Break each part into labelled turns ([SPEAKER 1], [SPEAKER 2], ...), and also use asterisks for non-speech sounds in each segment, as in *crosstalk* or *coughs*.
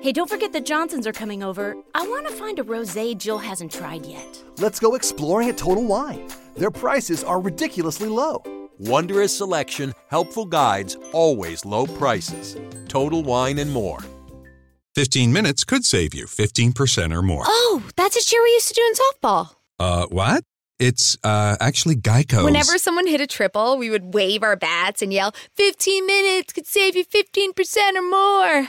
[SPEAKER 1] Hey, don't forget the Johnsons are coming over. I want to find a rosé Jill hasn't tried yet.
[SPEAKER 2] Let's go exploring at Total Wine. Their prices are ridiculously low.
[SPEAKER 3] Wondrous selection, helpful guides, always low prices. Total Wine and more.
[SPEAKER 4] 15 minutes could save you 15% or more.
[SPEAKER 5] Oh, that's a cheer we used to do in softball.
[SPEAKER 4] Uh, what? It's uh, actually Geico.
[SPEAKER 5] Whenever someone hit a triple, we would wave our bats and yell, 15 minutes could save you 15% or more.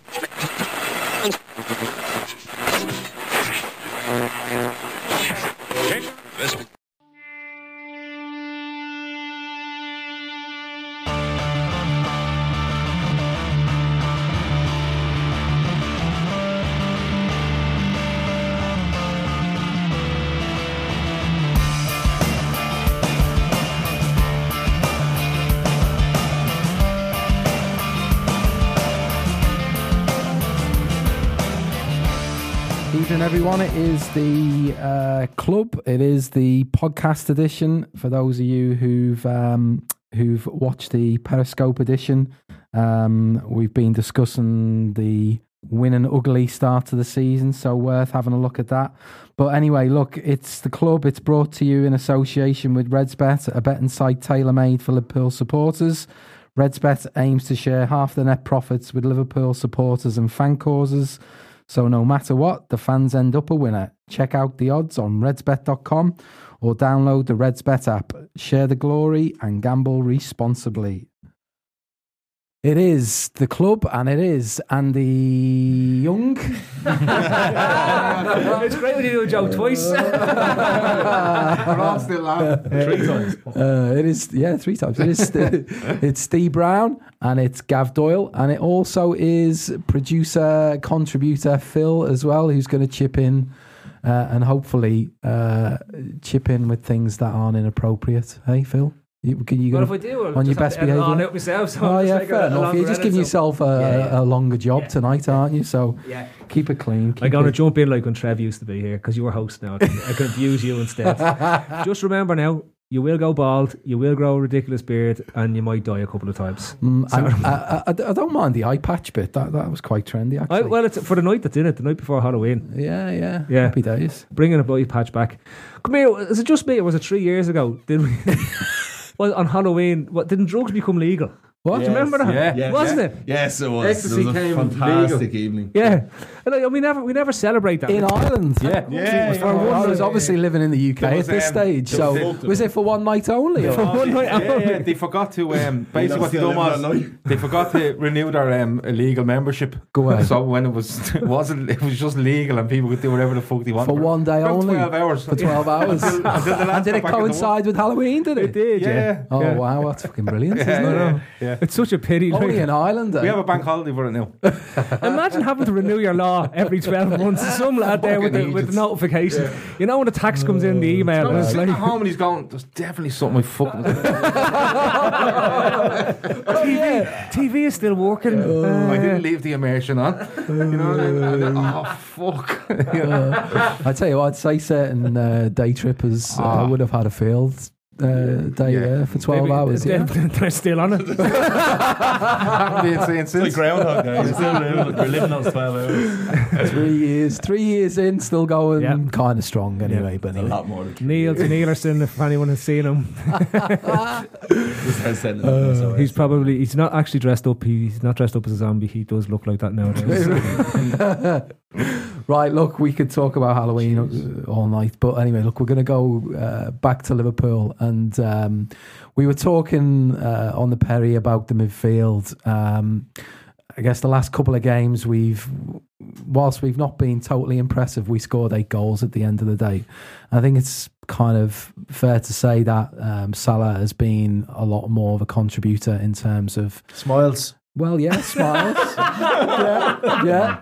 [SPEAKER 6] Evening, everyone. It is the uh, club. It is the podcast edition. For those of you who've um, who've watched the Periscope edition, um, we've been discussing the win and ugly start to the season. So worth having a look at that. But anyway, look, it's the club. It's brought to you in association with Redsbet, a betting site tailor made for Liverpool supporters. Redsbet aims to share half the net profits with Liverpool supporters and fan causes. So no matter what, the fans end up a winner. Check out the odds on redsbet.com or download the Redsbet app. Share the glory and gamble responsibly. It is the club and it is Andy
[SPEAKER 7] *laughs*
[SPEAKER 6] Young.
[SPEAKER 7] it's great when you do a joke twice.
[SPEAKER 8] Pronounced it loud. Three times.
[SPEAKER 6] Uh, it is yeah, three times. It is
[SPEAKER 7] *laughs*
[SPEAKER 6] it's Steve Brown and it's Gav Doyle and it also is producer contributor Phil as well, who's going to chip in uh, and hopefully uh, chip in with things that aren't inappropriate. Hey Phil, you, can you
[SPEAKER 7] Well,
[SPEAKER 6] gonna-
[SPEAKER 7] if we do, we'll
[SPEAKER 6] on your
[SPEAKER 7] just have
[SPEAKER 6] best
[SPEAKER 7] to edit
[SPEAKER 6] behaviour?
[SPEAKER 7] on it *laughs* myself, so
[SPEAKER 6] oh
[SPEAKER 7] I'll just
[SPEAKER 6] yeah,
[SPEAKER 7] make a-
[SPEAKER 6] fair
[SPEAKER 7] a
[SPEAKER 6] enough. You're
[SPEAKER 7] longer
[SPEAKER 6] just
[SPEAKER 7] edit,
[SPEAKER 6] giving
[SPEAKER 7] so-
[SPEAKER 6] yourself a,
[SPEAKER 7] Yeah, yeah.
[SPEAKER 6] a longer job
[SPEAKER 7] Yeah.
[SPEAKER 6] tonight, aren't you? So
[SPEAKER 7] Yeah.
[SPEAKER 6] keep it clean. Keep
[SPEAKER 7] I'm going to
[SPEAKER 6] it-
[SPEAKER 7] jump in like when Trev used to be here because you were host now. I can, I can abuse
[SPEAKER 6] *laughs*
[SPEAKER 7] you instead. Just remember now, you will go bald, you will grow a ridiculous beard, and you might die a couple of times.
[SPEAKER 6] Mm, *laughs* I, I, I, I don't mind the eye patch bit. That that was quite trendy, actually.
[SPEAKER 7] I, well, it's for the night that's in it, the night before Halloween,
[SPEAKER 6] yeah, yeah,
[SPEAKER 7] Yeah.
[SPEAKER 6] Happy days.
[SPEAKER 7] bringing a bloody patch back. Come here, is it just me or was it three years ago?
[SPEAKER 6] *laughs*
[SPEAKER 7] Did we? *laughs* well, on Halloween, what didn't drugs become legal?
[SPEAKER 6] What?
[SPEAKER 7] Do you remember that?
[SPEAKER 8] Yeah. Yes,
[SPEAKER 7] Wasn't it?
[SPEAKER 8] Yes, it was.
[SPEAKER 9] Ecstasy
[SPEAKER 8] it was a
[SPEAKER 9] came
[SPEAKER 8] fantastic evening.
[SPEAKER 7] Yeah. And I, we never we never celebrate that.
[SPEAKER 6] In Ireland,
[SPEAKER 9] Yeah.
[SPEAKER 8] Yeah,
[SPEAKER 6] For one, I was obviously living in the UK
[SPEAKER 8] There
[SPEAKER 6] at
[SPEAKER 8] was,
[SPEAKER 6] this
[SPEAKER 8] um,
[SPEAKER 6] stage.
[SPEAKER 8] there was
[SPEAKER 6] So
[SPEAKER 8] it-
[SPEAKER 6] was it for one night only? or- *laughs*
[SPEAKER 7] one night
[SPEAKER 9] yeah,
[SPEAKER 7] only.
[SPEAKER 9] yeah, they forgot to
[SPEAKER 8] *laughs*
[SPEAKER 9] um, basically what they
[SPEAKER 8] still
[SPEAKER 9] done
[SPEAKER 8] live that
[SPEAKER 9] was
[SPEAKER 8] life.
[SPEAKER 9] they
[SPEAKER 8] *laughs*
[SPEAKER 9] forgot to renew their um, illegal membership.
[SPEAKER 6] Go ahead.
[SPEAKER 9] So when it was *laughs* it wasn't it was just legal and people could do whatever the fuck they wanted
[SPEAKER 6] For one day
[SPEAKER 9] About
[SPEAKER 6] only?
[SPEAKER 9] Twelve hours.
[SPEAKER 6] For twelve hours.
[SPEAKER 9] *laughs* Until the lads
[SPEAKER 6] and did
[SPEAKER 9] got
[SPEAKER 6] it
[SPEAKER 9] back in the
[SPEAKER 6] coincide with Halloween? Did it?
[SPEAKER 9] It did, yeah.
[SPEAKER 6] Oh
[SPEAKER 9] Yeah.
[SPEAKER 6] wow, that's fucking brilliant,
[SPEAKER 9] Yeah,
[SPEAKER 6] isn't it?
[SPEAKER 9] yeah, yeah.
[SPEAKER 7] *laughs* It's such a pity.
[SPEAKER 6] Only
[SPEAKER 7] like-
[SPEAKER 6] in Ireland.
[SPEAKER 9] We have a bank holiday for it now.
[SPEAKER 7] Imagine having to renew your law every
[SPEAKER 6] *laughs*
[SPEAKER 7] 12 months. Some lad there with the, with the notification. You know when the tax comes in the
[SPEAKER 6] Oh.
[SPEAKER 7] email and
[SPEAKER 9] I'm
[SPEAKER 7] it's
[SPEAKER 9] sitting at
[SPEAKER 7] like,
[SPEAKER 9] home and he's going. There's definitely something I
[SPEAKER 7] *laughs*
[SPEAKER 9] fucking.
[SPEAKER 7] TV, TV is still working.
[SPEAKER 9] I
[SPEAKER 7] Uh,
[SPEAKER 9] didn't leave the immersion on. You know what I mean? And then, Oh fuck! You know?
[SPEAKER 6] I tell you, what, I'd say certain uh, day trippers uh, would have had a field uh, day
[SPEAKER 9] Yeah.
[SPEAKER 6] there for twelve
[SPEAKER 7] Ah. maybe
[SPEAKER 6] hours.
[SPEAKER 7] they're,
[SPEAKER 6] Yeah.
[SPEAKER 7] *laughs* they're still on it.
[SPEAKER 6] *laughs*
[SPEAKER 9] Haven't been seen
[SPEAKER 8] It's like
[SPEAKER 9] since.
[SPEAKER 8] Groundhog
[SPEAKER 9] *laughs*
[SPEAKER 8] Day. We're still living, we're living those 12 hours.
[SPEAKER 6] three years, three years in, still going
[SPEAKER 7] Yeah.
[SPEAKER 6] kind of strong anyway. But
[SPEAKER 8] A
[SPEAKER 6] anyway.
[SPEAKER 8] lot more. than-
[SPEAKER 7] Neil to Neelerson, if anyone has seen him.
[SPEAKER 8] Just start sending them
[SPEAKER 6] Oh,
[SPEAKER 8] SOS.
[SPEAKER 7] Uh, He's probably, he's not actually dressed up. He's not dressed up as a zombie. He does look like that nowadays.
[SPEAKER 6] right, look, we could talk about Halloween uh, all night, but anyway, look, we're going to go uh, back to Liverpool, and um, we were talking uh, on the Perry about the midfield. Um, I guess the last couple of games we've, whilst we've not been totally impressive, we scored eight goals at the end of the day. I think it's kind of fair to say that um, Salah has been a lot more of a contributor in terms of
[SPEAKER 8] Smiles.
[SPEAKER 6] well, yeah,
[SPEAKER 10] *laughs*
[SPEAKER 6] smiles. yeah, yeah.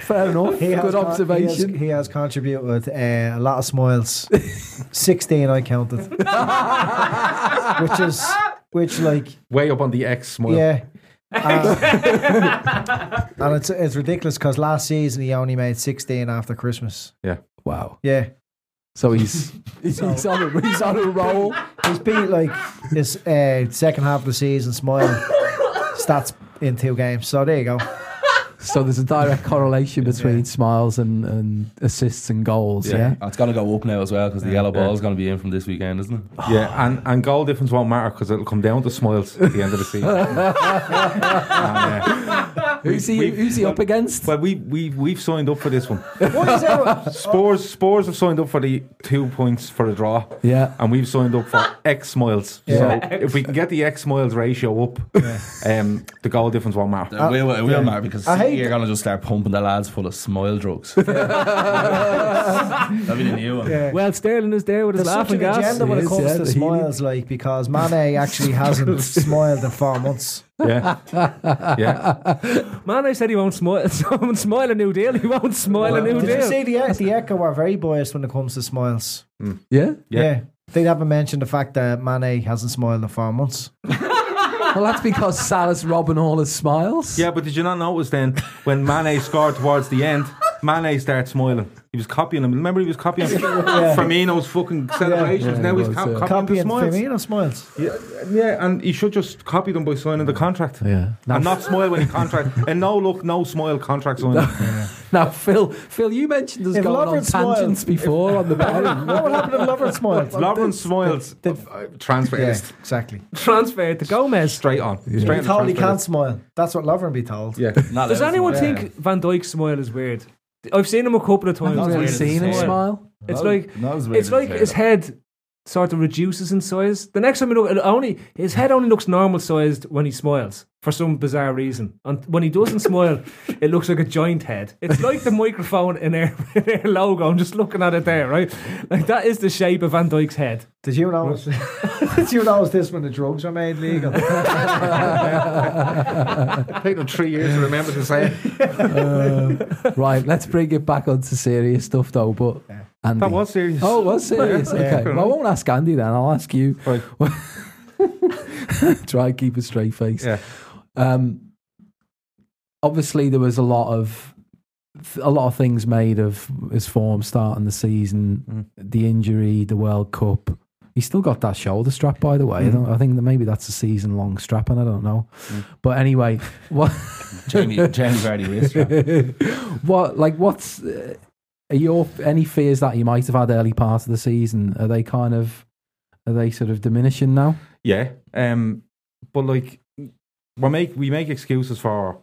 [SPEAKER 6] Fair enough.
[SPEAKER 10] He has
[SPEAKER 6] Good
[SPEAKER 10] con-
[SPEAKER 6] observation.
[SPEAKER 10] he, has, he has contributed uh, a lot of
[SPEAKER 6] *laughs*
[SPEAKER 10] smiles. Sixteen, I counted, which is which like
[SPEAKER 9] Way up on the X. Smile.
[SPEAKER 10] yeah, And it's it's ridiculous because last season he only made 16 after Christmas.
[SPEAKER 9] *laughs* Yeah.
[SPEAKER 6] Wow.
[SPEAKER 10] Yeah.
[SPEAKER 6] So he's he's, he's on a he's on a roll.
[SPEAKER 10] He's beat like his uh, second half of the season smile stats in two games. So there you go.
[SPEAKER 6] So there's a direct correlation between smiles and, and assists and goals. Yeah.
[SPEAKER 8] Oh, it's got to go up now as well because the yellow ball's going to be in from this weekend, isn't it?
[SPEAKER 9] Yeah, and, and goal difference won't matter because it'll come down to smiles at the end of the season. And, uh,
[SPEAKER 6] Who's he? Who's he up against?
[SPEAKER 9] well, we we we've signed up for this one.
[SPEAKER 10] What is that?
[SPEAKER 9] Spurs Spurs have signed up for the two points for a draw.
[SPEAKER 6] Yeah.
[SPEAKER 9] and we've signed up for X miles.
[SPEAKER 10] Yeah.
[SPEAKER 9] So if we can get the X miles ratio up, um, the goal difference won't matter.
[SPEAKER 8] It will, it will matter because
[SPEAKER 10] Uh, I hate
[SPEAKER 8] you're going to just start pumping the lads full of smile
[SPEAKER 10] *laughs*
[SPEAKER 8] drugs. That'd be the new one.
[SPEAKER 7] Well, Sterling is there with his
[SPEAKER 10] There's such
[SPEAKER 7] laughing
[SPEAKER 10] an
[SPEAKER 7] gas.
[SPEAKER 10] agenda when
[SPEAKER 6] He
[SPEAKER 10] it
[SPEAKER 6] is,
[SPEAKER 10] comes
[SPEAKER 6] yeah,
[SPEAKER 10] to
[SPEAKER 6] he-
[SPEAKER 10] smiles, like because Mane actually
[SPEAKER 6] *laughs*
[SPEAKER 10] hasn't smiled in four months.
[SPEAKER 9] Yeah, yeah.
[SPEAKER 7] Man, I said he won't smile. *laughs* Someone smile a new deal. He won't smile a new
[SPEAKER 10] Did you
[SPEAKER 7] deal.
[SPEAKER 10] see the, the Echo are very biased when it comes to smiles?
[SPEAKER 6] Yeah.
[SPEAKER 9] Yeah.
[SPEAKER 10] They haven't mentioned the fact that Mane hasn't smiled in four months.
[SPEAKER 6] *laughs* Well, that's because Salah's robbing all his smiles.
[SPEAKER 9] Yeah, but did you not notice then when Mane scored towards the end, Mane started smiling. He was copying him. Remember, he was copying Firmino's fucking celebrations.
[SPEAKER 6] Yeah,
[SPEAKER 9] now
[SPEAKER 6] he
[SPEAKER 9] he's co-
[SPEAKER 6] was, yeah.
[SPEAKER 9] copying,
[SPEAKER 10] Copying
[SPEAKER 9] the smiles.
[SPEAKER 10] Firmino smiles. *laughs*
[SPEAKER 9] Yeah, yeah, and he should just copy them by signing the contract.
[SPEAKER 6] Yeah. Now,
[SPEAKER 9] And not smile
[SPEAKER 6] *laughs*
[SPEAKER 9] when he contract. and no look, no smile contract signing.
[SPEAKER 6] now, Phil, Phil, you mentioned us
[SPEAKER 10] If
[SPEAKER 6] going on
[SPEAKER 10] Lovren smiled-
[SPEAKER 6] tangents before on the betting.
[SPEAKER 10] What would happen if Lovren smiled?
[SPEAKER 9] Lauren smiles.
[SPEAKER 10] the-
[SPEAKER 9] Uh, transfer
[SPEAKER 10] Yeah,
[SPEAKER 9] list.
[SPEAKER 10] exactly.
[SPEAKER 7] Transferred to Gomez.
[SPEAKER 9] Straight on. Straight
[SPEAKER 10] He
[SPEAKER 9] on
[SPEAKER 10] totally
[SPEAKER 9] transfer
[SPEAKER 10] can't
[SPEAKER 9] list.
[SPEAKER 10] smile. That's what Lovren be told.
[SPEAKER 9] Yeah.
[SPEAKER 8] Not
[SPEAKER 7] Does
[SPEAKER 8] loud
[SPEAKER 7] anyone
[SPEAKER 8] smile.
[SPEAKER 7] think Van Dyke's smile is weird? I've seen him a couple of times.
[SPEAKER 6] I've
[SPEAKER 7] It's
[SPEAKER 6] never
[SPEAKER 7] weird as
[SPEAKER 6] seen him
[SPEAKER 7] hell.
[SPEAKER 6] smile.
[SPEAKER 7] It's
[SPEAKER 8] Not-
[SPEAKER 7] like
[SPEAKER 8] not as weird
[SPEAKER 7] it's
[SPEAKER 8] as
[SPEAKER 7] like
[SPEAKER 8] his
[SPEAKER 7] his head sort of reduces in size. The next time you look, it only his head only looks normal sized when he smiles for some bizarre reason. And when he doesn't
[SPEAKER 9] *laughs*
[SPEAKER 7] smile, it looks like a giant head. It's like the microphone in their, *laughs* in their logo. I'm just looking at it there, right? Like that is the shape of Van Dyke's head.
[SPEAKER 10] Did you know? *laughs* did you know this when the drugs were made
[SPEAKER 9] *laughs*
[SPEAKER 10] legal?
[SPEAKER 9] It took them three years to remember
[SPEAKER 10] *laughs*
[SPEAKER 9] to say it.
[SPEAKER 6] Right, let's bring it back onto serious stuff though. But Andy,
[SPEAKER 9] That was serious.
[SPEAKER 6] oh, it
[SPEAKER 9] *laughs*
[SPEAKER 6] was serious.
[SPEAKER 9] Yeah.
[SPEAKER 6] Okay,
[SPEAKER 9] Yeah.
[SPEAKER 6] well, I won't ask Andy then. I'll ask you.
[SPEAKER 9] Right.
[SPEAKER 6] Try and keep a straight face.
[SPEAKER 9] Yeah.
[SPEAKER 6] Um, obviously, there was a lot of a lot of things made of his form starting the season,
[SPEAKER 10] Mm.
[SPEAKER 6] the injury, the World Cup. He's still got that shoulder strap, by the
[SPEAKER 10] Mm.
[SPEAKER 6] way. I, don't, I think that maybe that's a season long strap, and I don't know. But anyway,
[SPEAKER 10] *laughs*
[SPEAKER 6] what?
[SPEAKER 8] Jamie, Jamie
[SPEAKER 9] *laughs*
[SPEAKER 8] Vardy wrist strap.
[SPEAKER 6] what like what's uh, are your any fears that you might have had early part of the season are they kind of are they sort of diminishing now
[SPEAKER 9] Yeah. Um, but like, we make we make excuses for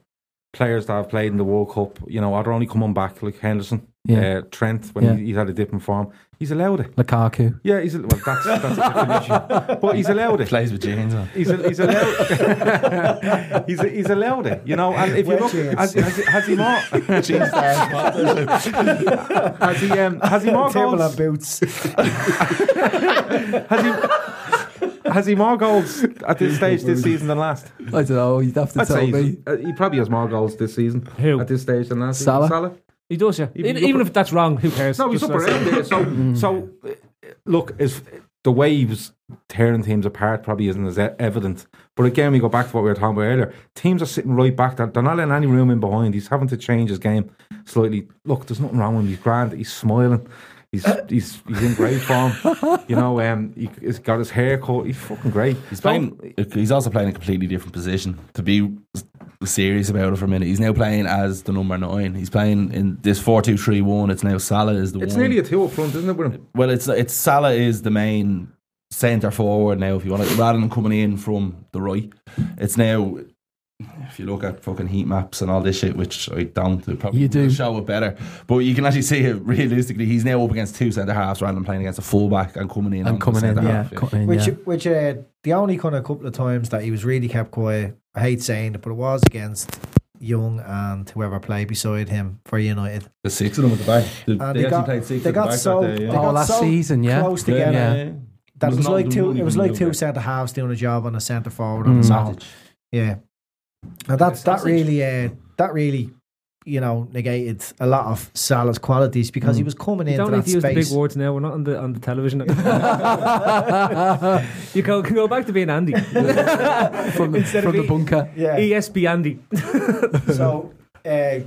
[SPEAKER 9] players that have played in the World Cup. You know, are only coming back like Henderson,
[SPEAKER 6] Yeah.
[SPEAKER 9] uh, Trent when
[SPEAKER 6] Yeah.
[SPEAKER 9] he, he's had a dip in form. He's allowed it.
[SPEAKER 6] lukaku
[SPEAKER 9] Yeah, he's well, that's that's a different issue. But he's allowed
[SPEAKER 8] *laughs*
[SPEAKER 9] it.
[SPEAKER 8] Plays with jeans on.
[SPEAKER 9] He's, he's allowed. *laughs* he's, he's allowed it, you know. And if you
[SPEAKER 10] Wet
[SPEAKER 9] look,
[SPEAKER 10] jeans.
[SPEAKER 9] has, has, has he more?
[SPEAKER 8] *laughs*
[SPEAKER 9] has he um, has he more
[SPEAKER 10] Table
[SPEAKER 9] goals?
[SPEAKER 10] and boots.
[SPEAKER 9] Has he, has he more goals at this stage this season than last?
[SPEAKER 6] i don't know you'd have to
[SPEAKER 9] I'd
[SPEAKER 6] tell
[SPEAKER 9] say
[SPEAKER 6] me
[SPEAKER 9] he's- uh, he probably has more goals this season
[SPEAKER 7] Who?
[SPEAKER 9] at this stage than last
[SPEAKER 6] Salah?
[SPEAKER 9] season. Salah?
[SPEAKER 7] He does, yeah.
[SPEAKER 9] Even
[SPEAKER 7] Even,
[SPEAKER 9] upper-
[SPEAKER 7] even if that's wrong, who cares?
[SPEAKER 9] No, he's
[SPEAKER 7] Just
[SPEAKER 9] up
[SPEAKER 7] that's
[SPEAKER 9] around
[SPEAKER 7] it.
[SPEAKER 9] there. So, so uh, look, is the way he was tearing teams apart probably isn't as e- evident. But again, we go back to what we were talking about earlier. Teams are sitting right back. They're, they're not letting any room in behind. He's having to change his game slightly. Look, there's nothing wrong with him. He's grand. He's smiling. He's he's he's in
[SPEAKER 10] *laughs*
[SPEAKER 9] great form. you know, um, he, he's got his hair cut. He's fucking great.
[SPEAKER 8] He's playing. He's also playing a completely different position. To be s- serious about it for a minute, he's now playing as the number nine. He's playing in this four-two-three-one. It's now Salah is the
[SPEAKER 9] It's
[SPEAKER 8] one.
[SPEAKER 9] nearly a two up front, isn't it? With him?
[SPEAKER 8] well, it's it's Salah is the main centre forward now. If you want to, rather than coming in from the right, it's now. If you look at fucking heat maps and all this shit, which I don't, it probably
[SPEAKER 6] You do.
[SPEAKER 8] will show it better. But you can actually see it realistically. He's now up against two centre halves rather than playing against a fullback and coming in.
[SPEAKER 6] and coming in yeah, cutting in,
[SPEAKER 10] Which,
[SPEAKER 9] *laughs*
[SPEAKER 6] yeah.
[SPEAKER 10] which uh, the only kind of couple of times that he was really kept quiet, I hate saying it, but it was against Young and whoever played beside him for United.
[SPEAKER 8] the six of them at the back. The-
[SPEAKER 10] And
[SPEAKER 8] they, actually played six.
[SPEAKER 10] they
[SPEAKER 8] at the
[SPEAKER 10] got
[SPEAKER 8] back
[SPEAKER 10] so
[SPEAKER 8] that day, yeah.
[SPEAKER 10] they
[SPEAKER 6] Oh,
[SPEAKER 10] got
[SPEAKER 6] last
[SPEAKER 10] so
[SPEAKER 6] season, yeah.
[SPEAKER 10] close
[SPEAKER 8] Yeah,
[SPEAKER 10] together
[SPEAKER 8] yeah,
[SPEAKER 6] Yeah.
[SPEAKER 8] yeah.
[SPEAKER 10] uh, that it was
[SPEAKER 8] not-
[SPEAKER 10] like
[SPEAKER 8] there
[SPEAKER 10] two.
[SPEAKER 8] not
[SPEAKER 10] It was
[SPEAKER 8] even
[SPEAKER 10] like
[SPEAKER 8] no
[SPEAKER 10] two
[SPEAKER 8] there.
[SPEAKER 10] centre halves doing a job on a centre forward
[SPEAKER 6] Mm.
[SPEAKER 10] on the side.
[SPEAKER 8] Savage.
[SPEAKER 10] Yeah, and that that
[SPEAKER 8] Sausage.
[SPEAKER 10] really uh, that really you know, negated a lot of Salah's qualities because he was coming
[SPEAKER 7] You
[SPEAKER 10] into
[SPEAKER 7] don't need
[SPEAKER 10] that
[SPEAKER 7] to use the big
[SPEAKER 10] space.
[SPEAKER 7] words now. We're not on the on the television. you can, can go back to being Andy.
[SPEAKER 6] from the,
[SPEAKER 10] Instead of
[SPEAKER 6] from the
[SPEAKER 10] being-
[SPEAKER 6] bunker.
[SPEAKER 10] Yeah.
[SPEAKER 7] ESB Andy.
[SPEAKER 10] so uh,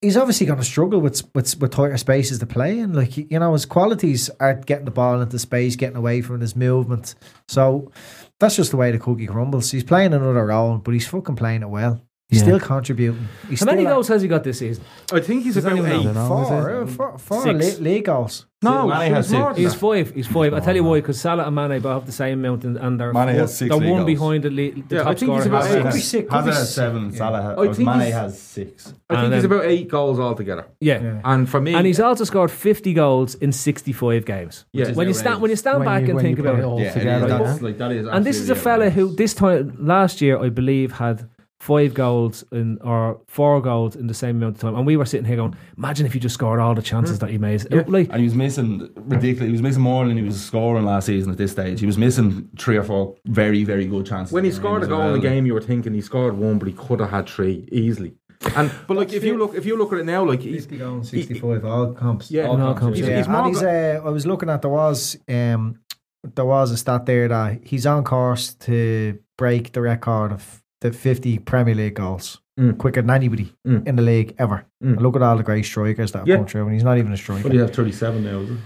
[SPEAKER 10] he's obviously going to struggle with, with with tighter spaces to play in. Like you know, his qualities are getting the ball into space, getting away from it, his movement. So that's just the way the cookie crumbles. He's playing another role, but he's fucking playing it well. He's
[SPEAKER 6] Yeah.
[SPEAKER 10] still contributing. He's
[SPEAKER 7] How
[SPEAKER 10] still
[SPEAKER 7] many
[SPEAKER 10] at-
[SPEAKER 7] goals has he got this season?
[SPEAKER 9] I think he's
[SPEAKER 10] Does
[SPEAKER 9] about
[SPEAKER 10] anyone
[SPEAKER 9] eight.
[SPEAKER 10] know?
[SPEAKER 6] know, is
[SPEAKER 10] Four,
[SPEAKER 6] it?
[SPEAKER 10] uh, four, four
[SPEAKER 7] Six.
[SPEAKER 10] league, league goals.
[SPEAKER 8] Mane
[SPEAKER 9] No, it
[SPEAKER 8] has
[SPEAKER 9] was Oh, more
[SPEAKER 8] six.
[SPEAKER 9] than
[SPEAKER 7] He's
[SPEAKER 9] that.
[SPEAKER 7] five. He's five. I tell you why, because Salah and Mane both have the same amount, and, and they're
[SPEAKER 8] Mane has
[SPEAKER 7] one-
[SPEAKER 8] six
[SPEAKER 7] they're
[SPEAKER 8] league
[SPEAKER 7] one
[SPEAKER 8] goals.
[SPEAKER 7] behind the, le- the
[SPEAKER 9] Yeah, I
[SPEAKER 7] top
[SPEAKER 9] think
[SPEAKER 7] scorer.
[SPEAKER 9] he's about
[SPEAKER 7] has
[SPEAKER 9] eight.
[SPEAKER 7] six.
[SPEAKER 10] Could be six, could
[SPEAKER 8] Hazard
[SPEAKER 10] be
[SPEAKER 8] has
[SPEAKER 10] six.
[SPEAKER 8] seven. Salah
[SPEAKER 9] I
[SPEAKER 8] has.
[SPEAKER 9] think
[SPEAKER 8] Mane
[SPEAKER 9] he's-
[SPEAKER 8] has six.
[SPEAKER 9] I think
[SPEAKER 7] And
[SPEAKER 9] he's
[SPEAKER 7] then-
[SPEAKER 9] about eight goals altogether.
[SPEAKER 7] Yeah.
[SPEAKER 10] Yeah.
[SPEAKER 9] And for me,
[SPEAKER 7] And he's also scored 50 goals in 65 games.
[SPEAKER 9] Yeah.
[SPEAKER 7] When you stand when you stand
[SPEAKER 6] When
[SPEAKER 7] back
[SPEAKER 6] you-
[SPEAKER 7] and
[SPEAKER 6] when you
[SPEAKER 7] think
[SPEAKER 6] put
[SPEAKER 7] about
[SPEAKER 6] it
[SPEAKER 7] it.
[SPEAKER 6] all
[SPEAKER 8] Yeah, it is.
[SPEAKER 6] together,
[SPEAKER 8] That's-
[SPEAKER 6] yeah.
[SPEAKER 8] like that is.
[SPEAKER 7] And this is a
[SPEAKER 8] absolutely
[SPEAKER 7] fella
[SPEAKER 8] outrageous.
[SPEAKER 7] who this time last year I believe had five goals in or four goals in the same amount of time. And we were sitting here going, Imagine if you just scored all the chances that he made. Like
[SPEAKER 8] And he was missing ridiculous. He was missing more than he was scoring last season at this stage. He was missing three or four very, very good chances.
[SPEAKER 9] when he
[SPEAKER 8] in the
[SPEAKER 9] scored a
[SPEAKER 8] games
[SPEAKER 9] goal in the
[SPEAKER 8] as well.
[SPEAKER 9] game, you were thinking he scored one, but he could have had three easily. And but like if you look, if you look at it now, like he's
[SPEAKER 10] Fifty goals, sixty-five all comps.
[SPEAKER 9] yeah,
[SPEAKER 8] All
[SPEAKER 7] no,
[SPEAKER 8] countries,
[SPEAKER 7] comes-
[SPEAKER 9] he's,
[SPEAKER 10] Yeah,
[SPEAKER 9] he's more
[SPEAKER 10] and he's,
[SPEAKER 9] go-
[SPEAKER 10] uh, I was looking at there was um, there was a stat there that he's on course to break the record of the 50 Premier League goals
[SPEAKER 9] Mm.
[SPEAKER 10] quicker than anybody
[SPEAKER 9] Mm.
[SPEAKER 10] in the league ever.
[SPEAKER 9] Mm.
[SPEAKER 10] And look at all the great strikers that have
[SPEAKER 9] Yeah.
[SPEAKER 10] come through, and he's not even a striker.
[SPEAKER 8] What do you have? Thirty-seven now. Is it?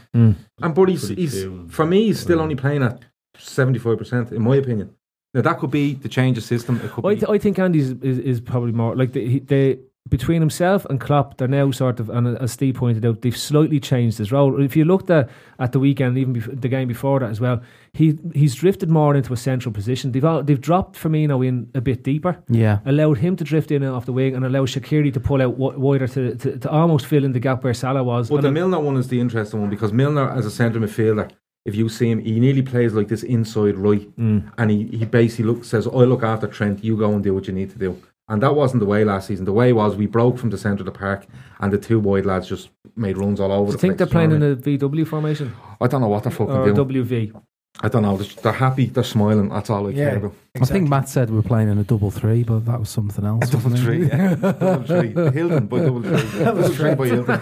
[SPEAKER 9] and but he's,
[SPEAKER 8] 32
[SPEAKER 9] he's
[SPEAKER 8] and-
[SPEAKER 9] for me he's still only playing at seventy five percent in my opinion. Now that could be the change of system. It could
[SPEAKER 7] I,
[SPEAKER 9] be.
[SPEAKER 7] th- I think Andy's is, is probably more like the, he, they between himself and Klopp, they're now sort of, and as Steve pointed out, they've slightly changed his role. If you looked at, at the weekend, even bef- the game before that as well, he he's drifted more into a central position. They've all, they've dropped Firmino in a bit deeper,
[SPEAKER 6] Yeah.
[SPEAKER 7] allowed him to drift in and off the wing, and allowed Shakiri to pull out wi- wider to, to, to almost fill in the gap where Salah was.
[SPEAKER 9] But
[SPEAKER 7] And
[SPEAKER 9] the
[SPEAKER 7] I-
[SPEAKER 9] Milner one is the interesting one because Milner as a centre midfielder, if you see him, he nearly plays like this inside right,
[SPEAKER 7] Mm.
[SPEAKER 9] and he, he basically look, says, "I look after Trent. You go and do what you need to do." And that wasn't the way last season. The way was we broke from the centre of the park, and the two wide lads just made runs all over.
[SPEAKER 7] do you
[SPEAKER 9] the
[SPEAKER 7] think they're
[SPEAKER 9] place,
[SPEAKER 7] playing
[SPEAKER 9] you
[SPEAKER 7] in
[SPEAKER 9] know
[SPEAKER 7] a VW formation
[SPEAKER 9] what I mean? I don't know what they're fucking
[SPEAKER 7] or a
[SPEAKER 9] doing.
[SPEAKER 7] WV?
[SPEAKER 9] I don't know. They're, just- they're happy. They're smiling. That's all I
[SPEAKER 10] Yeah.
[SPEAKER 9] care about.
[SPEAKER 6] I think Matt said we were playing in a double three, but that was something else.
[SPEAKER 9] Double
[SPEAKER 6] wasn't
[SPEAKER 7] *laughs*
[SPEAKER 9] tree,
[SPEAKER 6] it?
[SPEAKER 9] yeah. double tree. Hilden by double tree. Double tree
[SPEAKER 7] *laughs*
[SPEAKER 9] by Hilden.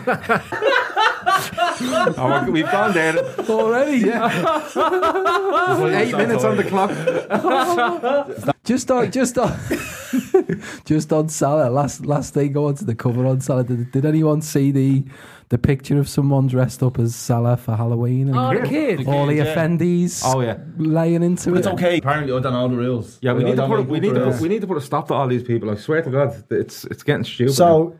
[SPEAKER 9] oh, we're- we've gone there.
[SPEAKER 6] Already, yeah.
[SPEAKER 9] Eight minutes on the clock.
[SPEAKER 6] just on, just on, *laughs* just on Salah. Last, last thing. Go on to the cover on Salah. Did, did anyone see the the picture of someone dressed up as Salah for Halloween? And
[SPEAKER 7] Oh, the kid.
[SPEAKER 6] all the
[SPEAKER 8] yeah.
[SPEAKER 6] offendies
[SPEAKER 9] Oh yeah.
[SPEAKER 6] laying into
[SPEAKER 8] It's
[SPEAKER 6] it.
[SPEAKER 8] okay. Apparently, I don't know the rules.
[SPEAKER 9] Yeah, we
[SPEAKER 8] I
[SPEAKER 9] need to
[SPEAKER 8] don't
[SPEAKER 9] put a,
[SPEAKER 8] know
[SPEAKER 9] we
[SPEAKER 8] the
[SPEAKER 9] need to
[SPEAKER 8] rules.
[SPEAKER 9] put, we need to put a stop to all these people. I swear to God, it's it's getting stupid.
[SPEAKER 10] So,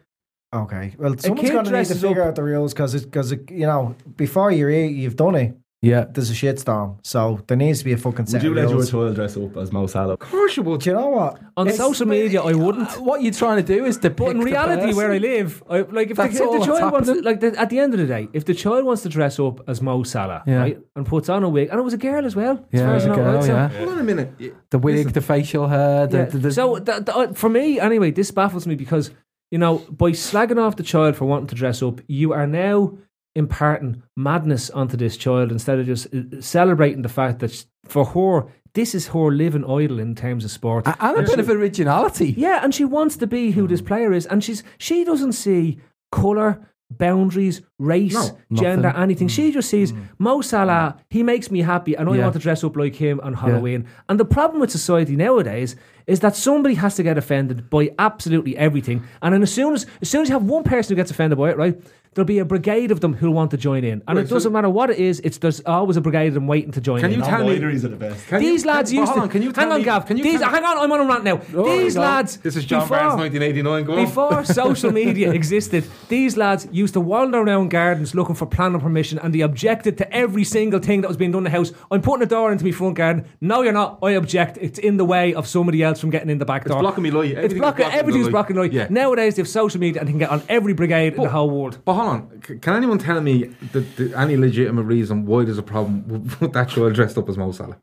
[SPEAKER 10] okay, well, someone's going to
[SPEAKER 7] kid
[SPEAKER 10] need to
[SPEAKER 7] dresses
[SPEAKER 10] figure
[SPEAKER 7] up-
[SPEAKER 10] out the rules because because you know before you're eight, you've done it.
[SPEAKER 6] Yeah.
[SPEAKER 10] There's a shitstorm, so there needs to be a fucking
[SPEAKER 8] Would
[SPEAKER 10] set
[SPEAKER 8] you
[SPEAKER 10] of
[SPEAKER 8] let your
[SPEAKER 10] rules.
[SPEAKER 8] child dress up as Mo Salah?
[SPEAKER 9] of course you would.
[SPEAKER 10] Do you know what?
[SPEAKER 7] On
[SPEAKER 10] It's-
[SPEAKER 7] social media, I wouldn't.
[SPEAKER 6] What you're trying to do is depict.
[SPEAKER 7] But in
[SPEAKER 6] the
[SPEAKER 7] reality,
[SPEAKER 6] person.
[SPEAKER 7] where I live, I, like if the,
[SPEAKER 6] That's
[SPEAKER 7] if the
[SPEAKER 6] all that's
[SPEAKER 7] child wants, to,
[SPEAKER 6] happening.
[SPEAKER 7] like the, at the end of the day, if the child wants to dress up as Mo Salah,
[SPEAKER 6] Yeah.
[SPEAKER 7] right, and puts on a wig, and it was a girl as well, as
[SPEAKER 6] yeah,
[SPEAKER 7] far as I
[SPEAKER 6] there
[SPEAKER 7] know,
[SPEAKER 6] you go,
[SPEAKER 7] right, so-
[SPEAKER 6] yeah.
[SPEAKER 9] Hold on a minute.
[SPEAKER 6] the wig, the facial hair, the,
[SPEAKER 7] yeah.
[SPEAKER 6] the, the
[SPEAKER 7] so th- th- uh, for me, anyway, this baffles me because you know by slagging off the child for wanting to dress up, you are now imparting madness onto this child instead of just uh, celebrating the fact that sh- for her, this is her living idol in terms of sport.
[SPEAKER 6] and a bit of originality.
[SPEAKER 7] Yeah, and she wants to be who this
[SPEAKER 9] Hmm.
[SPEAKER 7] player is, and she's she doesn't see color, boundaries, race,
[SPEAKER 6] No,
[SPEAKER 7] gender,
[SPEAKER 6] nothing.
[SPEAKER 7] anything.
[SPEAKER 9] Hmm.
[SPEAKER 7] She just sees Mo Salah. He makes me happy, and I
[SPEAKER 6] Yeah.
[SPEAKER 7] want to dress up like him on Halloween. And the problem with society nowadays is that somebody has to get offended by absolutely everything, and then as soon as as soon as you have one person who gets offended by it, right? There'll be a brigade of them who'll want to join in, and
[SPEAKER 9] Right,
[SPEAKER 7] it
[SPEAKER 9] so-
[SPEAKER 7] doesn't matter what it is. It's there's always a brigade of them waiting to join
[SPEAKER 9] Can
[SPEAKER 7] in.
[SPEAKER 9] you tell me?
[SPEAKER 8] Wideries are the best.
[SPEAKER 9] Can
[SPEAKER 7] These
[SPEAKER 9] you,
[SPEAKER 7] lads
[SPEAKER 9] can,
[SPEAKER 7] used
[SPEAKER 9] hold
[SPEAKER 7] to.
[SPEAKER 9] on, can you tell
[SPEAKER 7] hang on,
[SPEAKER 9] me,
[SPEAKER 7] Gav.
[SPEAKER 9] Can you
[SPEAKER 7] These,
[SPEAKER 9] tell,
[SPEAKER 7] hang on, I'm on a rant now. These lads.
[SPEAKER 9] This is John
[SPEAKER 7] before,
[SPEAKER 9] Barnes, 1989. Go on. *laughs*
[SPEAKER 7] before social media existed, these lads used to wander around gardens looking for planning permission and they objected to every single thing that was being done in the house. I'm putting a door into my front garden. No, you're not. I object. It's in the way of somebody else from getting in the back door.
[SPEAKER 9] blocking me light.
[SPEAKER 7] It's
[SPEAKER 9] Everything's
[SPEAKER 7] blocking,
[SPEAKER 9] blocking the
[SPEAKER 7] everything's
[SPEAKER 9] light.
[SPEAKER 7] blocking light.
[SPEAKER 9] Yeah.
[SPEAKER 7] Nowadays, they have social media and they can get on every brigade in the whole world.
[SPEAKER 9] But hold on, c- can anyone tell me the, the, any legitimate reason why there's a problem *laughs* with with that child dressed up as Mo Salah?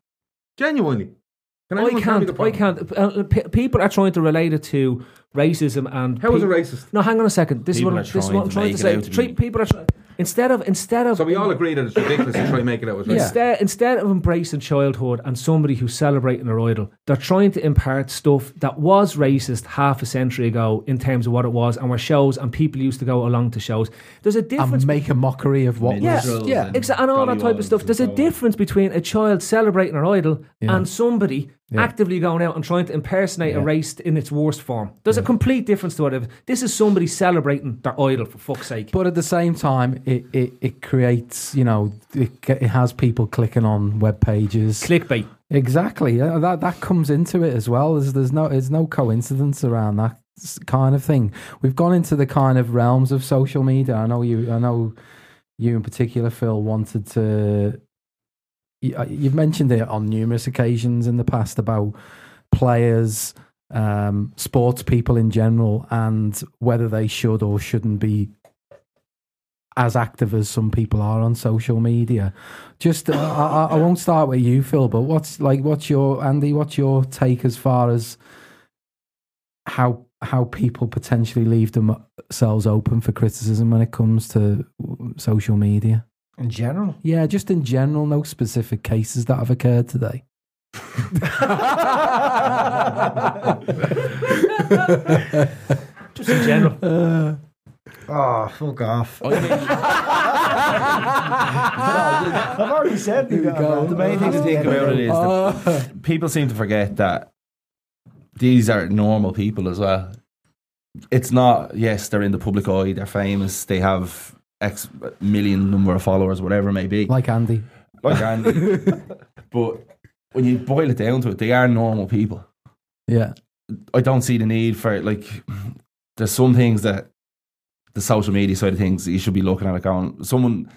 [SPEAKER 9] Genuinely, can
[SPEAKER 7] I
[SPEAKER 9] anyone tell me the
[SPEAKER 7] can't. I
[SPEAKER 9] problem?
[SPEAKER 7] can't. Uh, p- people are trying to relate it to racism and.
[SPEAKER 9] How is it
[SPEAKER 7] pe-
[SPEAKER 9] racist?
[SPEAKER 7] No, hang on a second. This
[SPEAKER 8] People are
[SPEAKER 7] is what, this is
[SPEAKER 8] trying
[SPEAKER 7] what I'm
[SPEAKER 8] to
[SPEAKER 7] trying
[SPEAKER 8] make
[SPEAKER 7] to
[SPEAKER 8] it
[SPEAKER 7] say.
[SPEAKER 8] out to
[SPEAKER 7] Tre-
[SPEAKER 8] be-
[SPEAKER 7] people are trying. Instead of instead of
[SPEAKER 9] So we all agree that it's ridiculous to try and make it out as
[SPEAKER 6] Yeah.
[SPEAKER 9] well.
[SPEAKER 7] Instead, instead of embracing childhood and somebody who's celebrating their idol, they're trying to impart stuff that was racist half a century ago in terms of what it was, and where shows and people used to go along to shows. There's a difference.
[SPEAKER 6] and make a mockery of what
[SPEAKER 7] yeah,
[SPEAKER 6] was.
[SPEAKER 8] Minstrels
[SPEAKER 7] yeah,
[SPEAKER 8] and
[SPEAKER 7] exactly, and all that type of
[SPEAKER 8] gollywalls
[SPEAKER 7] stuff.
[SPEAKER 8] and
[SPEAKER 7] There's
[SPEAKER 8] so
[SPEAKER 7] a
[SPEAKER 8] on.
[SPEAKER 7] difference between a child celebrating her idol
[SPEAKER 6] Yeah.
[SPEAKER 7] and somebody actively going out and trying to impersonate a
[SPEAKER 6] Yeah.
[SPEAKER 7] race in its worst form. There's a complete difference to what it is. This is somebody celebrating their idol for fuck's sake.
[SPEAKER 6] But at the same time, it, it, it creates, you know, it, ge- it has people clicking on web pages.
[SPEAKER 7] Clickbait.
[SPEAKER 6] Exactly. Uh, That that comes into it as well. There's, there's no there's no coincidence around that s- kind of thing. We've gone into the kind of realms of social media. I know you. I know you in particular, Phil, wanted to. you- uh, You've mentioned it on numerous occasions in the past about players, um, sports people in general, and whether they should or shouldn't be as active as some people are on social media. Just, uh, I, I- I won't start with you, Phil, but what's like, what's your Andy? What's your take as far as how how people potentially leave themselves open for criticism when it comes to w- social media?
[SPEAKER 10] in general.
[SPEAKER 6] Yeah, just in general, no specific cases that have occurred today.
[SPEAKER 7] *laughs* *laughs* Just in general.
[SPEAKER 10] Oh, fuck off.
[SPEAKER 8] I think-
[SPEAKER 10] I've already said
[SPEAKER 6] Here we
[SPEAKER 10] that.
[SPEAKER 6] go.
[SPEAKER 8] the main thing to think about it is that people seem to forget that these are normal people as well. It's not, yes, they're in the public eye, they're famous, they have X million number of followers, whatever it may be.
[SPEAKER 6] like Andy,
[SPEAKER 8] Like Andy. but when you boil it down to it, they are normal people.
[SPEAKER 6] yeah,
[SPEAKER 8] I don't see the need for it. Like, there's some things that the social media side of things you should be looking at it going. Someone,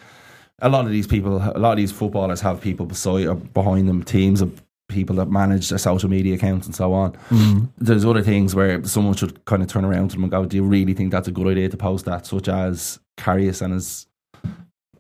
[SPEAKER 8] a lot of these people, a lot of these footballers have people beside or behind them, teams of people that manage their social media accounts and so on.
[SPEAKER 6] Mm.
[SPEAKER 8] There's other things where someone should kind of turn around to them and go, "Do you really think that's a good idea to post that?" Such as Carius and his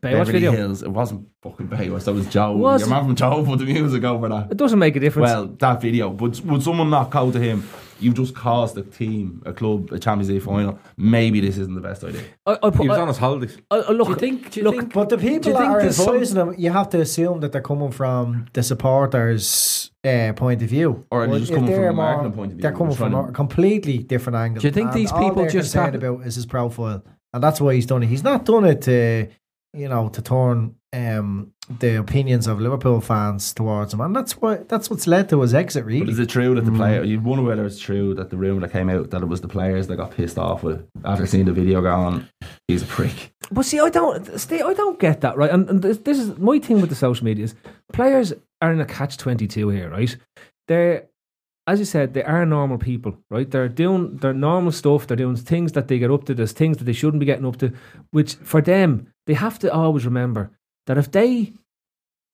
[SPEAKER 7] Baywatch
[SPEAKER 8] Beverly
[SPEAKER 7] video.
[SPEAKER 8] Hills. It wasn't fucking Baywatch. That was Joe.
[SPEAKER 7] Was
[SPEAKER 8] Your
[SPEAKER 7] it?
[SPEAKER 8] man from Joe put the music over that.
[SPEAKER 7] It doesn't make a difference.
[SPEAKER 8] Well, that video. But would someone not go to him? You just caused a team, a club, a Champions League final. Maybe this isn't the best idea.
[SPEAKER 7] I, I,
[SPEAKER 9] He
[SPEAKER 7] put,
[SPEAKER 9] was
[SPEAKER 7] I,
[SPEAKER 9] on his holidays.
[SPEAKER 7] I, I look,
[SPEAKER 6] Do you think- do you
[SPEAKER 7] look,
[SPEAKER 6] think-
[SPEAKER 10] But the
[SPEAKER 6] Do
[SPEAKER 10] people
[SPEAKER 6] you
[SPEAKER 10] that
[SPEAKER 6] think
[SPEAKER 10] are
[SPEAKER 6] there's some-
[SPEAKER 10] advising them, you have to assume that they're coming from the supporters' uh, point of view,
[SPEAKER 8] Or are they
[SPEAKER 10] But
[SPEAKER 8] just
[SPEAKER 10] if
[SPEAKER 8] coming from
[SPEAKER 10] they're
[SPEAKER 8] a marketing
[SPEAKER 10] more-
[SPEAKER 8] point of view?
[SPEAKER 10] They're coming
[SPEAKER 8] We're
[SPEAKER 10] from
[SPEAKER 8] trying
[SPEAKER 10] a
[SPEAKER 8] to-
[SPEAKER 10] completely different angle.
[SPEAKER 6] Do you think
[SPEAKER 10] And
[SPEAKER 6] these
[SPEAKER 10] all
[SPEAKER 6] people
[SPEAKER 10] they're
[SPEAKER 6] just
[SPEAKER 10] concerned
[SPEAKER 6] have-
[SPEAKER 10] about is his profile, and that's why he's done it. He's not done it to, you know, to turn um, the opinions of Liverpool fans towards him, and that's what that's what's led to his exit.
[SPEAKER 8] But
[SPEAKER 10] Really, Mm.
[SPEAKER 8] is it true that the player? You wonder whether it's true that the rumor that came out that it was the players that got pissed off with it after seeing the video going. He's a prick.
[SPEAKER 7] but see, I don't, see, I don't get that right. And, and this, this is my thing with the social media is players are in a catch twenty two here, right? They're, as you said, they are normal people, right? They're doing their normal stuff. They're doing things that they get up to. There's things that they shouldn't be getting up to. Which for them, they have to always remember that if they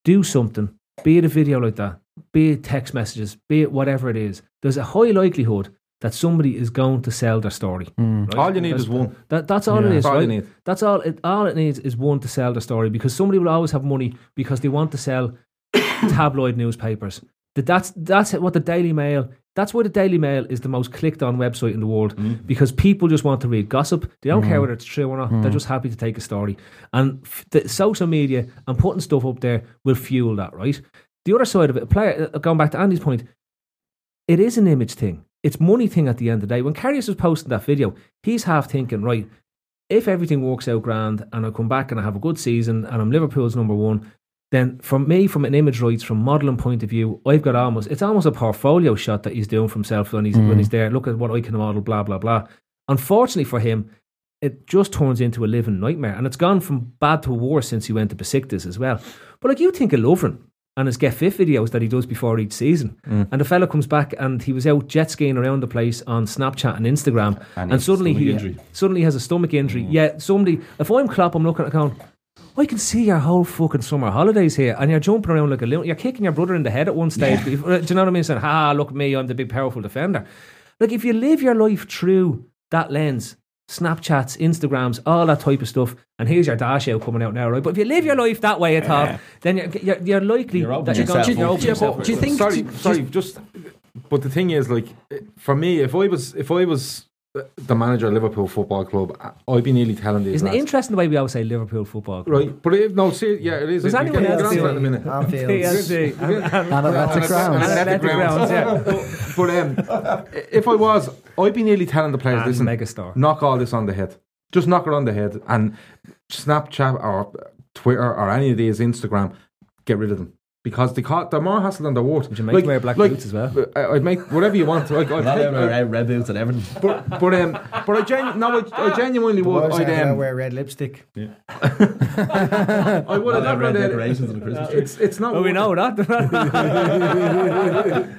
[SPEAKER 7] do something, be it a video like that, be it text messages, be it whatever it is, there's a high likelihood that somebody is going to sell their story. right?
[SPEAKER 9] Hmm. All you need
[SPEAKER 7] That's-
[SPEAKER 9] is one.
[SPEAKER 7] That, that's all it
[SPEAKER 6] Yeah.
[SPEAKER 7] is,
[SPEAKER 9] That's all you
[SPEAKER 7] right?
[SPEAKER 9] need.
[SPEAKER 7] That's all it, all it needs is one to sell the story because somebody will always have money because they want to sell *coughs* tabloid newspapers. That- That's that's what the Daily Mail. That's why the Daily Mail is the most clicked on website in the world because people just want to read gossip. They don't care whether it's true or not. They're just happy to take a story. And f- the social media and putting stuff up there will fuel that, right? The other side of it, player, uh, going back to Andy's point, it is an image thing. It's money thing at the end of the day. When Carrius was posting that video, he's half thinking, right, if everything works out grand and I come back and I have a good season and I'm Liverpool's number one, then for me, from an image rights, from modelling point of view, I've got almost it's almost a portfolio shot that he's doing for himself when he's
[SPEAKER 8] Mm.
[SPEAKER 7] when he's there. Look at what I can model, blah blah blah. Unfortunately for him, it just turns into a living nightmare, and it's gone from bad to worse since he went to Besiktas as well. But like you think of Lovren and his get fit videos that he does before each season,
[SPEAKER 8] Mm.
[SPEAKER 7] and the fella comes back and he was out jet skiing around the place on Snapchat and Instagram,
[SPEAKER 8] And
[SPEAKER 7] and,
[SPEAKER 8] he has a
[SPEAKER 7] suddenly
[SPEAKER 8] stomach
[SPEAKER 7] he
[SPEAKER 8] injury. Mm.
[SPEAKER 7] suddenly has a stomach injury. Yeah, somebody. If I'm Klopp, I'm looking at it going. I can see your whole fucking summer holidays here, and you're jumping around like a little. You're kicking your brother in the head at one stage. uh, Do you know what I mean? Saying, "Ha, look at me! I'm the big, powerful defender." Like if you live your life through that lens, Snapchats, Instagrams, all that type of stuff, and here's your dash out coming out now, right? But if you live your life that way at all, then you're, you're, you're likely
[SPEAKER 8] You're opening
[SPEAKER 7] that you're
[SPEAKER 8] yourself
[SPEAKER 7] going to
[SPEAKER 8] up. You're opening yourself up.
[SPEAKER 6] do you think?
[SPEAKER 9] sorry, sorry, just. But the thing is, like, for me, if I was, if I was the manager of Liverpool Football Club, I- I'd be nearly telling these
[SPEAKER 7] Isn't it
[SPEAKER 9] lads,
[SPEAKER 7] interesting the way we always say Liverpool Football Club?
[SPEAKER 9] right? But if, no, see, yeah, it is.
[SPEAKER 7] Does
[SPEAKER 9] It- you
[SPEAKER 7] anyone
[SPEAKER 9] get-
[SPEAKER 7] else
[SPEAKER 9] you get
[SPEAKER 7] do
[SPEAKER 9] onto that in
[SPEAKER 7] *laughs*
[SPEAKER 9] a minute.
[SPEAKER 10] Anfield.
[SPEAKER 7] Anfield.
[SPEAKER 6] And that's a
[SPEAKER 9] Athletic
[SPEAKER 6] ground.
[SPEAKER 9] grounds.
[SPEAKER 7] Athletic grounds,
[SPEAKER 9] but, but, um, if I was, I'd be nearly telling the players,
[SPEAKER 7] And
[SPEAKER 9] listen,
[SPEAKER 7] megastar.
[SPEAKER 9] knock all this on the head. Just knock it on the head and Snapchat or Twitter or any of these, Instagram, get rid of them. Because they ca they're more hassle than they're worth.
[SPEAKER 7] Would you make them wear black boots as well?
[SPEAKER 9] I- uh, I'd make whatever you want. Like, I'd
[SPEAKER 8] Not
[SPEAKER 9] take-
[SPEAKER 8] them red, red boots and everything.
[SPEAKER 9] but, but, um, but I, genu- no, I, I genuinely would.
[SPEAKER 10] Boys,
[SPEAKER 9] I'd,
[SPEAKER 10] I
[SPEAKER 9] um,
[SPEAKER 10] wear red lipstick.
[SPEAKER 9] I would.
[SPEAKER 8] Not
[SPEAKER 9] I'd
[SPEAKER 8] them red
[SPEAKER 9] rather-
[SPEAKER 8] decorations on the Christmas tree.
[SPEAKER 9] It's, it's not.
[SPEAKER 7] Well, Oh, we
[SPEAKER 9] worth it.
[SPEAKER 8] *laughs*
[SPEAKER 7] know that. *laughs*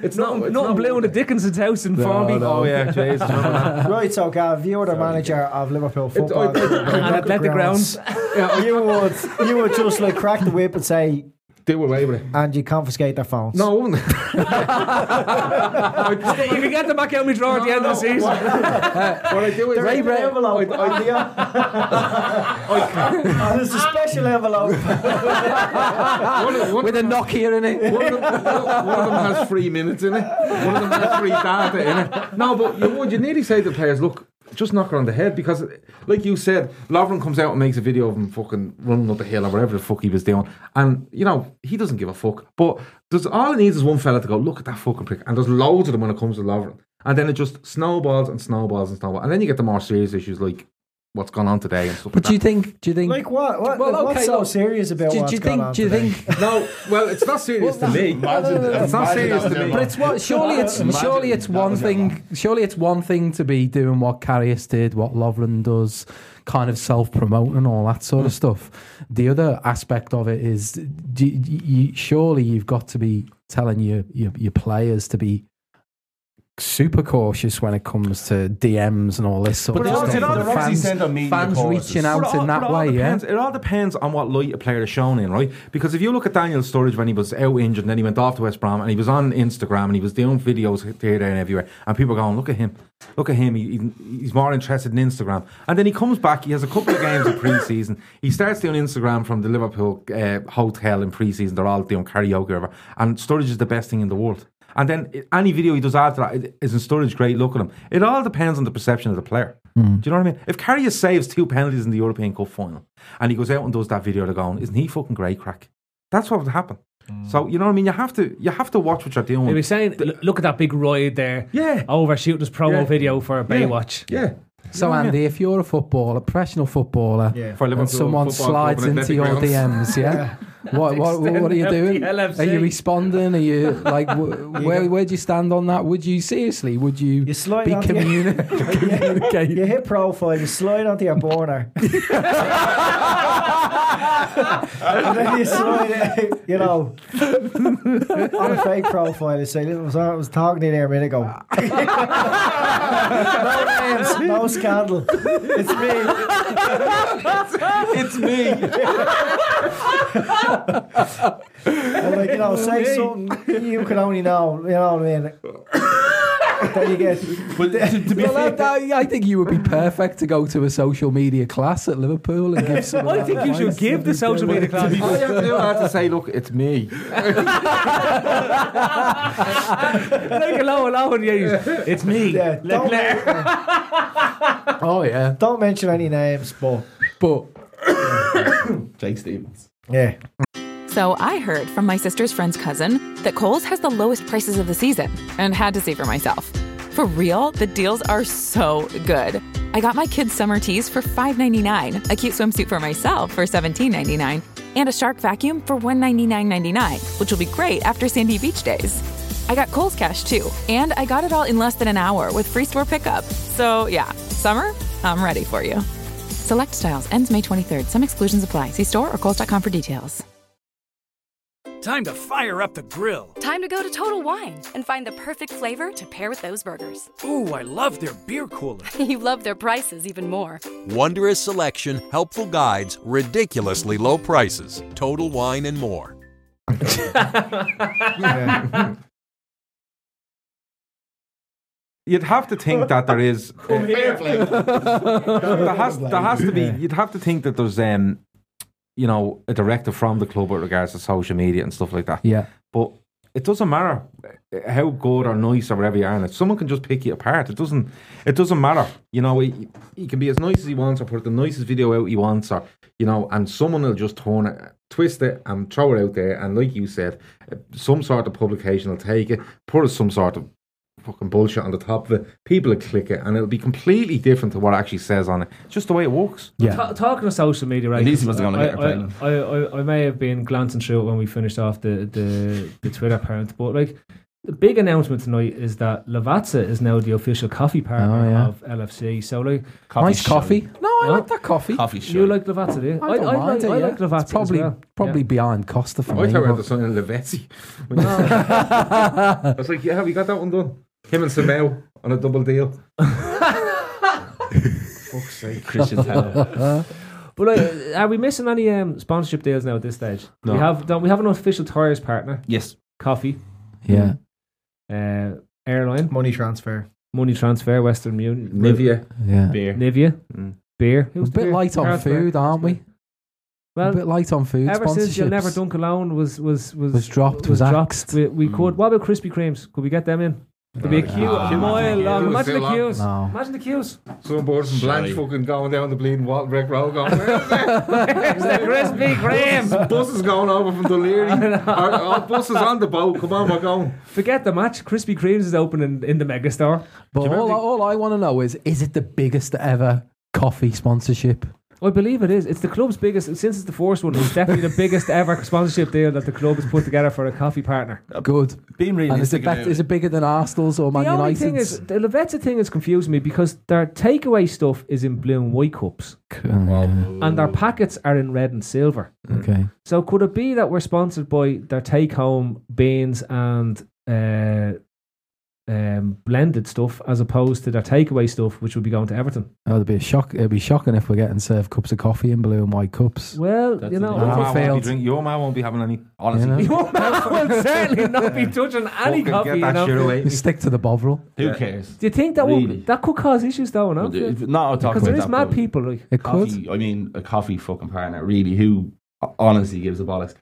[SPEAKER 9] It's
[SPEAKER 7] Nothing,
[SPEAKER 9] it's
[SPEAKER 7] nothing blue in
[SPEAKER 9] worth
[SPEAKER 7] the
[SPEAKER 9] it.
[SPEAKER 7] Dickinson's house in Formby. *laughs*
[SPEAKER 9] Oh, yeah, Jesus. remember
[SPEAKER 10] *laughs*
[SPEAKER 9] that?
[SPEAKER 10] Right, so Gav, you're the manager of Liverpool Football
[SPEAKER 9] I-
[SPEAKER 10] Club.
[SPEAKER 9] I-
[SPEAKER 7] And Athletic Grounds.
[SPEAKER 10] *laughs* you would, you would just like crack the whip and say,
[SPEAKER 9] Do away with it.
[SPEAKER 10] and you confiscate their phones.
[SPEAKER 9] No, I
[SPEAKER 7] *laughs*
[SPEAKER 9] wouldn't. I'd
[SPEAKER 7] You can get them back out my drawer at the end of the season.
[SPEAKER 9] What I do is
[SPEAKER 10] Right, right. envelope.
[SPEAKER 9] I- I-
[SPEAKER 10] Oh, there's a special envelope.
[SPEAKER 9] one of- one
[SPEAKER 6] With a
[SPEAKER 9] of them-
[SPEAKER 6] Nokia in it.
[SPEAKER 9] One of, them, *laughs* one of them has three minutes in it. One of them has three data in it. No, but you would you nearly say to the players, look, just knock her on the head because, like you said, Lovren comes out and makes a video of him fucking running up the hill or whatever the fuck he was doing, and you know he doesn't give a fuck. But there's all it needs is one fella to go, look at that fucking prick, and there's loads of them when it comes to Lovren, and then it just snowballs and snowballs and snowballs, and then you get the more serious issues like what's gone on today and stuff.
[SPEAKER 6] But
[SPEAKER 9] like
[SPEAKER 6] do you think? Do you think?
[SPEAKER 10] Like what? what
[SPEAKER 6] Well,
[SPEAKER 10] like,
[SPEAKER 6] okay,
[SPEAKER 10] what's so
[SPEAKER 6] look,
[SPEAKER 10] serious about
[SPEAKER 6] do,
[SPEAKER 10] what's
[SPEAKER 6] do you
[SPEAKER 10] going
[SPEAKER 6] think?
[SPEAKER 10] on
[SPEAKER 6] Do you
[SPEAKER 10] today?
[SPEAKER 6] think?
[SPEAKER 9] that. no, well, it's not serious to me. It's not serious to me.
[SPEAKER 6] But it's what surely it's surely it's one thing surely it's one thing to be doing what Carrius did, what Lovren does, kind of self promoting all that sort of stuff. The other aspect of it is do, you, surely you've got to be telling your, your your players to be super cautious when it comes to DMs and all this sort
[SPEAKER 8] But
[SPEAKER 6] of
[SPEAKER 8] they're
[SPEAKER 6] stuff.
[SPEAKER 8] obviously- they're
[SPEAKER 6] The
[SPEAKER 8] obviously
[SPEAKER 6] fans,
[SPEAKER 8] sent on media
[SPEAKER 6] fans
[SPEAKER 8] courses.
[SPEAKER 6] reaching out
[SPEAKER 9] But it all-
[SPEAKER 6] in
[SPEAKER 9] but
[SPEAKER 6] that
[SPEAKER 9] it all
[SPEAKER 6] way, yeah.
[SPEAKER 9] depends, It all depends on what light a player is shown in, right? Because if you look at Daniel Sturridge when he was out injured and then he went off to West Brom and he was on Instagram and he was doing videos here, there, and everywhere, and people are going, look at him, look at him, he, he- he's more interested in Instagram. And then he comes back, he has a couple of games in pre season, he starts doing Instagram from the Liverpool uh, hotel in pre season, they're all doing karaoke, or whatever, and Sturridge is the best thing in the world. And then i- any video he does after that i- is in storage. Great, look at him. It all depends on the perception of the player. Do you know what I mean? If Carrier saves two penalties in the European Cup final and he goes out and does that video, they're going, "Isn't he fucking great, crack?" That's what would happen. So you know what I mean? You have to you have to watch what you're doing.
[SPEAKER 7] They were saying, "Look- look at that big ride there.
[SPEAKER 9] Yeah.
[SPEAKER 7] Overshooting his promo
[SPEAKER 9] Yeah.
[SPEAKER 7] video for Baywatch.
[SPEAKER 9] yeah.
[SPEAKER 6] So Andy, if you're a footballer, professional footballer,
[SPEAKER 10] Yeah.
[SPEAKER 9] For Liverpool
[SPEAKER 6] and someone
[SPEAKER 9] Football Club
[SPEAKER 6] slides
[SPEAKER 9] and
[SPEAKER 6] into
[SPEAKER 9] Athletic
[SPEAKER 6] your
[SPEAKER 9] Grounds.
[SPEAKER 6] DMs,
[SPEAKER 9] *laughs*
[SPEAKER 6] yeah. What, what what what are you doing?
[SPEAKER 7] the LFC.
[SPEAKER 6] Are you responding? Are you like
[SPEAKER 9] *laughs*
[SPEAKER 6] wh- where where do you stand on that? Would you seriously? Would you,
[SPEAKER 10] You slide
[SPEAKER 6] be
[SPEAKER 10] onto your- *laughs*
[SPEAKER 6] communi- communicating?
[SPEAKER 10] You hit profile, you slide onto your
[SPEAKER 6] *laughs*
[SPEAKER 10] burner. and then you slide out, you know, on a fake profile. You say, "Listen, I was talking to you there a minute ago. no names,
[SPEAKER 9] *laughs*
[SPEAKER 10] no scandal. It's me.
[SPEAKER 9] It's me.
[SPEAKER 10] And like, you know, say something you can only know, you know what I mean? then you get,
[SPEAKER 8] But to, to be
[SPEAKER 6] Well,
[SPEAKER 8] fair,
[SPEAKER 6] *laughs* that- that- I think you would be perfect to go to a social media class at Liverpool and give some.
[SPEAKER 7] I think you should give the social media class.
[SPEAKER 10] *laughs*
[SPEAKER 9] All you have to do is to say, "Look, it's me."
[SPEAKER 7] Take a low, low, and you. It's me.
[SPEAKER 10] yeah, don't,
[SPEAKER 6] *laughs* Oh yeah,
[SPEAKER 10] don't mention any names, but
[SPEAKER 6] but
[SPEAKER 8] Jake Stevens.
[SPEAKER 10] yeah.
[SPEAKER 11] So I heard from my sister's friend's cousin that Kohl's has the lowest prices of the season and had to see for myself. For real, the deals are so good. I got my kids' summer tees for $5.99, a cute swimsuit for myself for $17.99, and a shark vacuum for $199.99, which will be great after Sandy Beach days. I got Kohl's Cash too, and I got it all in less than an hour with free store pickup. So yeah, summer, I'm ready for you. Select styles ends May 23rd. Some exclusions apply. See store or Kohl's.com for details.
[SPEAKER 12] Time to fire up the grill.
[SPEAKER 1] Time to go to Total Wine and find the perfect flavor to pair with those burgers. *laughs*
[SPEAKER 12] Ooh, I love their beer cooler.
[SPEAKER 1] you love their prices even more.
[SPEAKER 3] Wondrous selection, helpful guides, ridiculously low prices, total wine and more.
[SPEAKER 9] *laughs* You'd have to think that there is. eh, there has there has to be. You'd have to think that there's um, you know, a directive from the club with regards to social media and stuff like that.
[SPEAKER 6] yeah,
[SPEAKER 9] But it doesn't matter how good or nice or whatever you are. in it. Someone can just pick you apart. It doesn't. It doesn't matter. You know, he, he can be as nice as he wants, or put the nicest video out he wants, or you know, and someone will just turn it, twist it, and throw it out there. And like you said, some sort of publication will take it, put some sort of fucking bullshit on the top of it. People will click it, and it'll be completely different to what it actually says on it. It's just the way it works.
[SPEAKER 7] Ta- talking of social media, right?
[SPEAKER 9] At least he
[SPEAKER 7] 'cause
[SPEAKER 9] wasn't gonna get a
[SPEAKER 7] I-
[SPEAKER 9] platinum.
[SPEAKER 7] I, I, I, I may have been glancing through it when we finished off the, the, the Twitter parent, but like the big announcement tonight is that Lavazza is now the official coffee partner
[SPEAKER 6] Oh, yeah.
[SPEAKER 7] of LFC. So like
[SPEAKER 6] Coffee Nice shop. coffee. No, I like that coffee.
[SPEAKER 8] Coffee
[SPEAKER 7] You like Lavazza, do you?
[SPEAKER 6] I don't mind
[SPEAKER 7] like,
[SPEAKER 6] it,
[SPEAKER 7] I
[SPEAKER 6] yeah.
[SPEAKER 7] like Lavazza.
[SPEAKER 6] It's probably
[SPEAKER 7] as well.
[SPEAKER 6] probably behind Costa for me. but-
[SPEAKER 9] something in Levetti. *laughs*
[SPEAKER 6] *laughs*
[SPEAKER 9] I was like, yeah, we got that one done. Him and Samel on a double deal. Fuck's sake,
[SPEAKER 8] Christian
[SPEAKER 7] But like, are we missing any um, sponsorship deals now at this stage?
[SPEAKER 8] No.
[SPEAKER 7] We have don't we have an official tires partner?
[SPEAKER 8] Yes.
[SPEAKER 7] Coffee.
[SPEAKER 6] Yeah.
[SPEAKER 7] Uh, airline.
[SPEAKER 10] Money transfer.
[SPEAKER 7] Money transfer. Western Union.
[SPEAKER 9] Nivea.
[SPEAKER 6] Yeah.
[SPEAKER 8] Beer.
[SPEAKER 7] Nivea. Beer.
[SPEAKER 6] We're Mm. a bit light on food, aren't we?
[SPEAKER 7] Well,
[SPEAKER 6] a bit light on food.
[SPEAKER 7] Ever since you'll never
[SPEAKER 6] sponsorships.
[SPEAKER 7] dunk alone was was was,
[SPEAKER 6] Was dropped, was Mm.
[SPEAKER 7] dropped. We, we could. What about Krispy Kremes? Could we get them in? There'd be a queue a mile long. Imagine the queues. Imagine the
[SPEAKER 6] *laughs*
[SPEAKER 7] queues.
[SPEAKER 9] Some boys from Blanche
[SPEAKER 7] Sorry.
[SPEAKER 9] fucking going down the bleeding Walton Brick Road going, where's
[SPEAKER 7] the Krispy Kreme?
[SPEAKER 9] Buses going over from
[SPEAKER 8] *laughs*
[SPEAKER 9] Deliri. Our, our bus is on the boat. Come on, we're going.
[SPEAKER 7] Forget the match. Krispy Kreme's is open in, in the megastore.
[SPEAKER 6] But all, I- all I want to know is, is it the biggest ever coffee sponsorship?
[SPEAKER 7] I believe it is. It's the club's biggest, since it's the first one, it's definitely the *laughs* biggest ever sponsorship deal that the club has put together for a coffee partner.
[SPEAKER 9] Uh,
[SPEAKER 6] Good.
[SPEAKER 8] Being
[SPEAKER 6] and is it,
[SPEAKER 7] realistic
[SPEAKER 6] bet-
[SPEAKER 7] about
[SPEAKER 6] is it bigger than Arsenal's or Man
[SPEAKER 7] the only thing
[SPEAKER 6] United's?
[SPEAKER 7] is, the Lavetta thing has confused me because their takeaway stuff is in blue and white cups, and their packets are in red and silver.
[SPEAKER 9] Mm.
[SPEAKER 6] okay.
[SPEAKER 7] So could it be that we're sponsored by their take-home beans and uh, um, blended stuff, as opposed to their takeaway stuff, which would be going to Everton?
[SPEAKER 6] Oh, it'd be a shock. It'd be shocking if we're getting served cups of coffee in blue and white cups.
[SPEAKER 7] Well, you know,
[SPEAKER 9] your ma, won't be
[SPEAKER 6] failed.
[SPEAKER 9] drink, your ma won't be having any. Honestly,
[SPEAKER 6] You know?
[SPEAKER 8] *laughs*
[SPEAKER 7] Your man will certainly not be touching any
[SPEAKER 9] Fucking
[SPEAKER 7] coffee.
[SPEAKER 9] get
[SPEAKER 7] You
[SPEAKER 9] that
[SPEAKER 7] know?
[SPEAKER 9] shit away.
[SPEAKER 7] *laughs*
[SPEAKER 6] You stick to the Bovril.
[SPEAKER 8] Who cares?
[SPEAKER 7] Do you think that
[SPEAKER 8] Really?
[SPEAKER 7] will that could cause issues though? No,
[SPEAKER 8] Well, if- no, I'll talk
[SPEAKER 7] because there
[SPEAKER 8] about
[SPEAKER 7] is
[SPEAKER 8] that,
[SPEAKER 7] mad
[SPEAKER 8] but-
[SPEAKER 7] people like
[SPEAKER 8] coffee, I mean, a coffee fucking partner, really, who honestly gives a bollocks.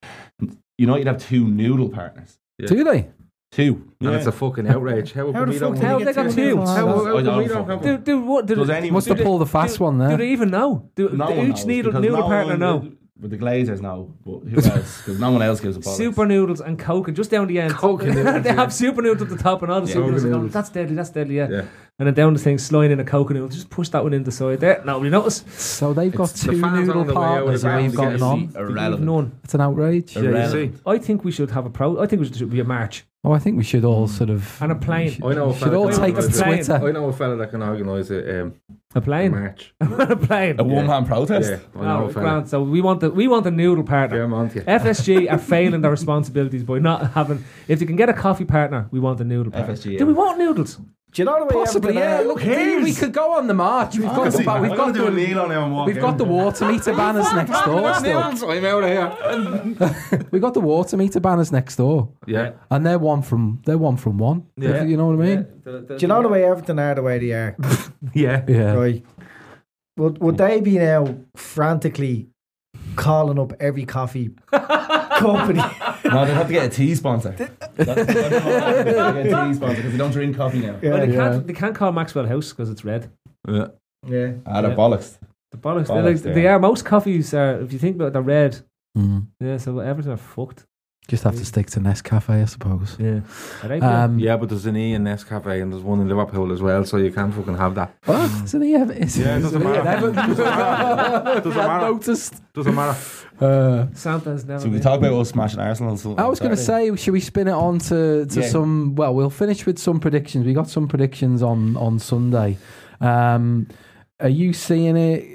[SPEAKER 8] You know, you'd have two noodle partners.
[SPEAKER 6] Do they?
[SPEAKER 8] Two.
[SPEAKER 9] And it's a fucking outrage. How,
[SPEAKER 7] How the fuck did they get two?
[SPEAKER 8] How- how I
[SPEAKER 7] *laughs*
[SPEAKER 8] don't we don't fucking-
[SPEAKER 7] Do, do what? Do
[SPEAKER 8] Does
[SPEAKER 7] they-
[SPEAKER 8] anyone- Must have
[SPEAKER 7] do they-
[SPEAKER 8] pulled
[SPEAKER 6] the fast one there.
[SPEAKER 7] Do they even know? Do,
[SPEAKER 8] No
[SPEAKER 7] do
[SPEAKER 8] one
[SPEAKER 7] each
[SPEAKER 8] knows,
[SPEAKER 7] noodle,
[SPEAKER 8] because
[SPEAKER 7] noodle
[SPEAKER 8] no
[SPEAKER 7] partner
[SPEAKER 8] one-
[SPEAKER 7] know?
[SPEAKER 8] With the Glazers now, but
[SPEAKER 7] *laughs*
[SPEAKER 8] who else? Because no one else gives a bollocks.
[SPEAKER 7] Super noodles and Coke, and just down the end. Coke *laughs*
[SPEAKER 8] and noodles,
[SPEAKER 7] they
[SPEAKER 8] yeah.
[SPEAKER 7] have super noodles at the top, and all the
[SPEAKER 8] Yeah.
[SPEAKER 7] super noodles.
[SPEAKER 8] Coke
[SPEAKER 7] are
[SPEAKER 8] and
[SPEAKER 7] going,
[SPEAKER 8] noodles.
[SPEAKER 7] That's deadly. That's deadly. Yeah.
[SPEAKER 8] Yeah.
[SPEAKER 7] And then down the thing, sliding in a Coke and noodle. Just push that one in the side there. Nobody notice.
[SPEAKER 6] So they've got two noodle partners and we've got none.
[SPEAKER 7] None.
[SPEAKER 6] It's an outrage.
[SPEAKER 7] I think we should have a pro. I think we should be a march
[SPEAKER 6] Oh, I think we should all sort of.
[SPEAKER 7] and a plane.
[SPEAKER 9] I know a
[SPEAKER 6] Should
[SPEAKER 9] fella
[SPEAKER 6] all
[SPEAKER 9] that can
[SPEAKER 6] take to
[SPEAKER 9] organise a-
[SPEAKER 6] Twitter.
[SPEAKER 9] I know a fella that can organise a, um,
[SPEAKER 7] a plane.
[SPEAKER 9] march.
[SPEAKER 7] *laughs* a plane.
[SPEAKER 8] A one-man protest?
[SPEAKER 9] Yeah, I know
[SPEAKER 7] No,
[SPEAKER 9] a fella.
[SPEAKER 7] Oh, grand. So we want the we want the noodle partner.
[SPEAKER 9] *laughs*
[SPEAKER 7] FSG are failing their responsibilities by not having. If they can get a coffee partner, we want the noodle partner.
[SPEAKER 8] FSG,
[SPEAKER 7] Do we want noodles?
[SPEAKER 10] Do you know the
[SPEAKER 7] way
[SPEAKER 6] Possibly,
[SPEAKER 7] Everton
[SPEAKER 6] yeah.
[SPEAKER 7] are?
[SPEAKER 6] Look,
[SPEAKER 7] Here's-
[SPEAKER 6] we could go on the march. We've got,
[SPEAKER 7] Honestly,
[SPEAKER 6] the, we've
[SPEAKER 7] I'm
[SPEAKER 6] got
[SPEAKER 7] gonna do
[SPEAKER 6] the,
[SPEAKER 7] a kneel on
[SPEAKER 8] him and walk
[SPEAKER 6] We've got
[SPEAKER 8] in.
[SPEAKER 6] the water meter banners next door. Still,
[SPEAKER 9] I'm out of here.
[SPEAKER 6] we got the water meter banners next door.
[SPEAKER 9] Yeah.
[SPEAKER 6] and they're one from they're one from one.
[SPEAKER 10] Yeah.
[SPEAKER 6] you know what I mean.
[SPEAKER 10] Do you know the way Everton are the way they are?
[SPEAKER 9] *laughs* Yeah.
[SPEAKER 6] Yeah.
[SPEAKER 10] Right. Would, would they be now frantically calling up every coffee
[SPEAKER 6] *laughs*
[SPEAKER 10] company?
[SPEAKER 8] No, they have to get a tea sponsor. That's- that's what I'm saying. They have to get a tea sponsor because they don't drink coffee now.
[SPEAKER 7] well, they, can't, they can't call Maxwell House because it's red.
[SPEAKER 8] Yeah.
[SPEAKER 10] Yeah.
[SPEAKER 8] Ah, they're
[SPEAKER 7] Yeah.
[SPEAKER 8] bollocks.
[SPEAKER 7] The bollocks. they're like,
[SPEAKER 8] Bollocks, yeah.
[SPEAKER 7] They are. Most coffees are, if you think about it, they're red.
[SPEAKER 9] Mm-hmm.
[SPEAKER 6] Mhm.
[SPEAKER 7] Yeah, so Everton are fucked.
[SPEAKER 6] Just have to stick to Nescafe, I suppose.
[SPEAKER 7] Yeah. Are they
[SPEAKER 6] Um,
[SPEAKER 9] yeah, but there's an E in Nescafe and there's one in Liverpool as well, so you can't fucking have that.
[SPEAKER 6] What? Isn't he ever? Is
[SPEAKER 9] Mm. Yeah, it doesn't matter. Doesn't
[SPEAKER 6] *laughs*
[SPEAKER 9] matter. Doesn't
[SPEAKER 6] I've
[SPEAKER 9] matter.
[SPEAKER 6] noticed.
[SPEAKER 9] Doesn't matter.
[SPEAKER 6] Uh,
[SPEAKER 7] Santa's never.
[SPEAKER 8] So we
[SPEAKER 7] been. *laughs*
[SPEAKER 8] talk about us smashing Arsenal. so-
[SPEAKER 6] I was going to say, should we spin it on to, to
[SPEAKER 8] Yeah.
[SPEAKER 6] some? Well, we'll finish with some predictions. We got some predictions on on Sunday. Um, are you seeing it?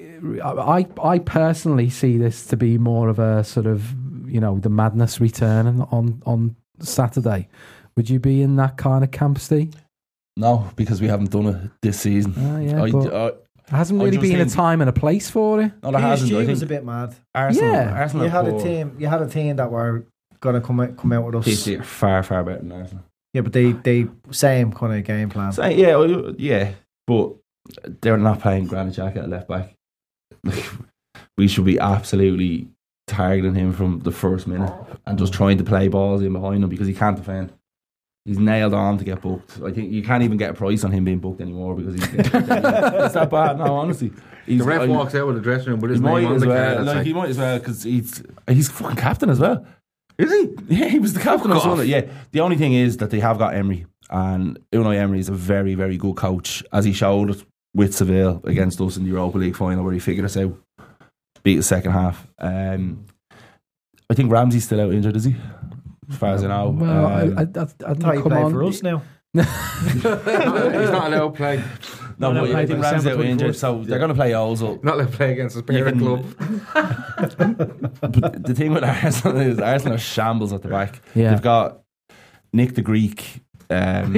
[SPEAKER 6] I I personally see this to be more of a sort of you know the madness returning on on Saturday. Would you be in that kind of camp, Steve?
[SPEAKER 8] No, because we haven't done it this season.
[SPEAKER 7] Oh,
[SPEAKER 6] Ah, yeah, but There hasn't
[SPEAKER 8] I
[SPEAKER 6] really
[SPEAKER 8] just
[SPEAKER 6] been a
[SPEAKER 8] think-
[SPEAKER 6] time and a place for it.
[SPEAKER 8] No, there hasn't. I
[SPEAKER 10] PSG
[SPEAKER 8] think
[SPEAKER 10] was a bit mad.
[SPEAKER 8] Arsenal,
[SPEAKER 6] Yeah.
[SPEAKER 8] Arsenal
[SPEAKER 10] You
[SPEAKER 8] are
[SPEAKER 10] had a
[SPEAKER 8] poor.
[SPEAKER 10] team. You had a team that were gonna come out, come out with us.
[SPEAKER 8] PSG are far, far better than Arsenal.
[SPEAKER 10] Yeah, but they they same kind of game plan.
[SPEAKER 8] So, yeah, well, yeah, but they're not playing Granit Jack at left back. we should be absolutely targeting him from the first minute and just trying to play balls in behind him because he can't defend. He's nailed on to get booked. I think you can't even get a price on him being booked anymore because he's *laughs* it's that bad. No, honestly,
[SPEAKER 9] the ref walks out of the dressing room with his
[SPEAKER 8] he
[SPEAKER 9] name
[SPEAKER 8] might
[SPEAKER 9] on
[SPEAKER 8] as
[SPEAKER 9] the
[SPEAKER 8] well.
[SPEAKER 9] card. It's
[SPEAKER 8] like, he might as well because he's he's fucking captain as well. Is he? Yeah, he was the captain of
[SPEAKER 9] Fuck off.
[SPEAKER 8] Sunderland. Yeah. The only thing is that they have got Emery, and Unai Emery is a very, very good coach, as he showed with Seville against us in the Europa League final, where he figured us out, beat the second half. Um, I think Ramsey's still out injured, is he? As far as I know,
[SPEAKER 6] Well, I-
[SPEAKER 8] um,
[SPEAKER 6] I, I, I, I
[SPEAKER 10] thought you
[SPEAKER 6] come
[SPEAKER 10] played
[SPEAKER 6] on.
[SPEAKER 10] for us now.
[SPEAKER 9] He's not allowed to play.
[SPEAKER 8] no,
[SPEAKER 9] Not
[SPEAKER 8] but
[SPEAKER 9] allowed
[SPEAKER 8] I
[SPEAKER 9] to
[SPEAKER 8] think
[SPEAKER 9] play
[SPEAKER 8] Ramsey's out
[SPEAKER 9] December
[SPEAKER 8] injured,
[SPEAKER 9] 24th.
[SPEAKER 8] so oh, they're going to play Ozil.
[SPEAKER 9] Not allowed to play against his parent
[SPEAKER 8] can-
[SPEAKER 9] club.
[SPEAKER 8] But the thing with Arsenal is Arsenal are shambles at the back.
[SPEAKER 6] Yeah.
[SPEAKER 8] They've got Nick the Greek. Um,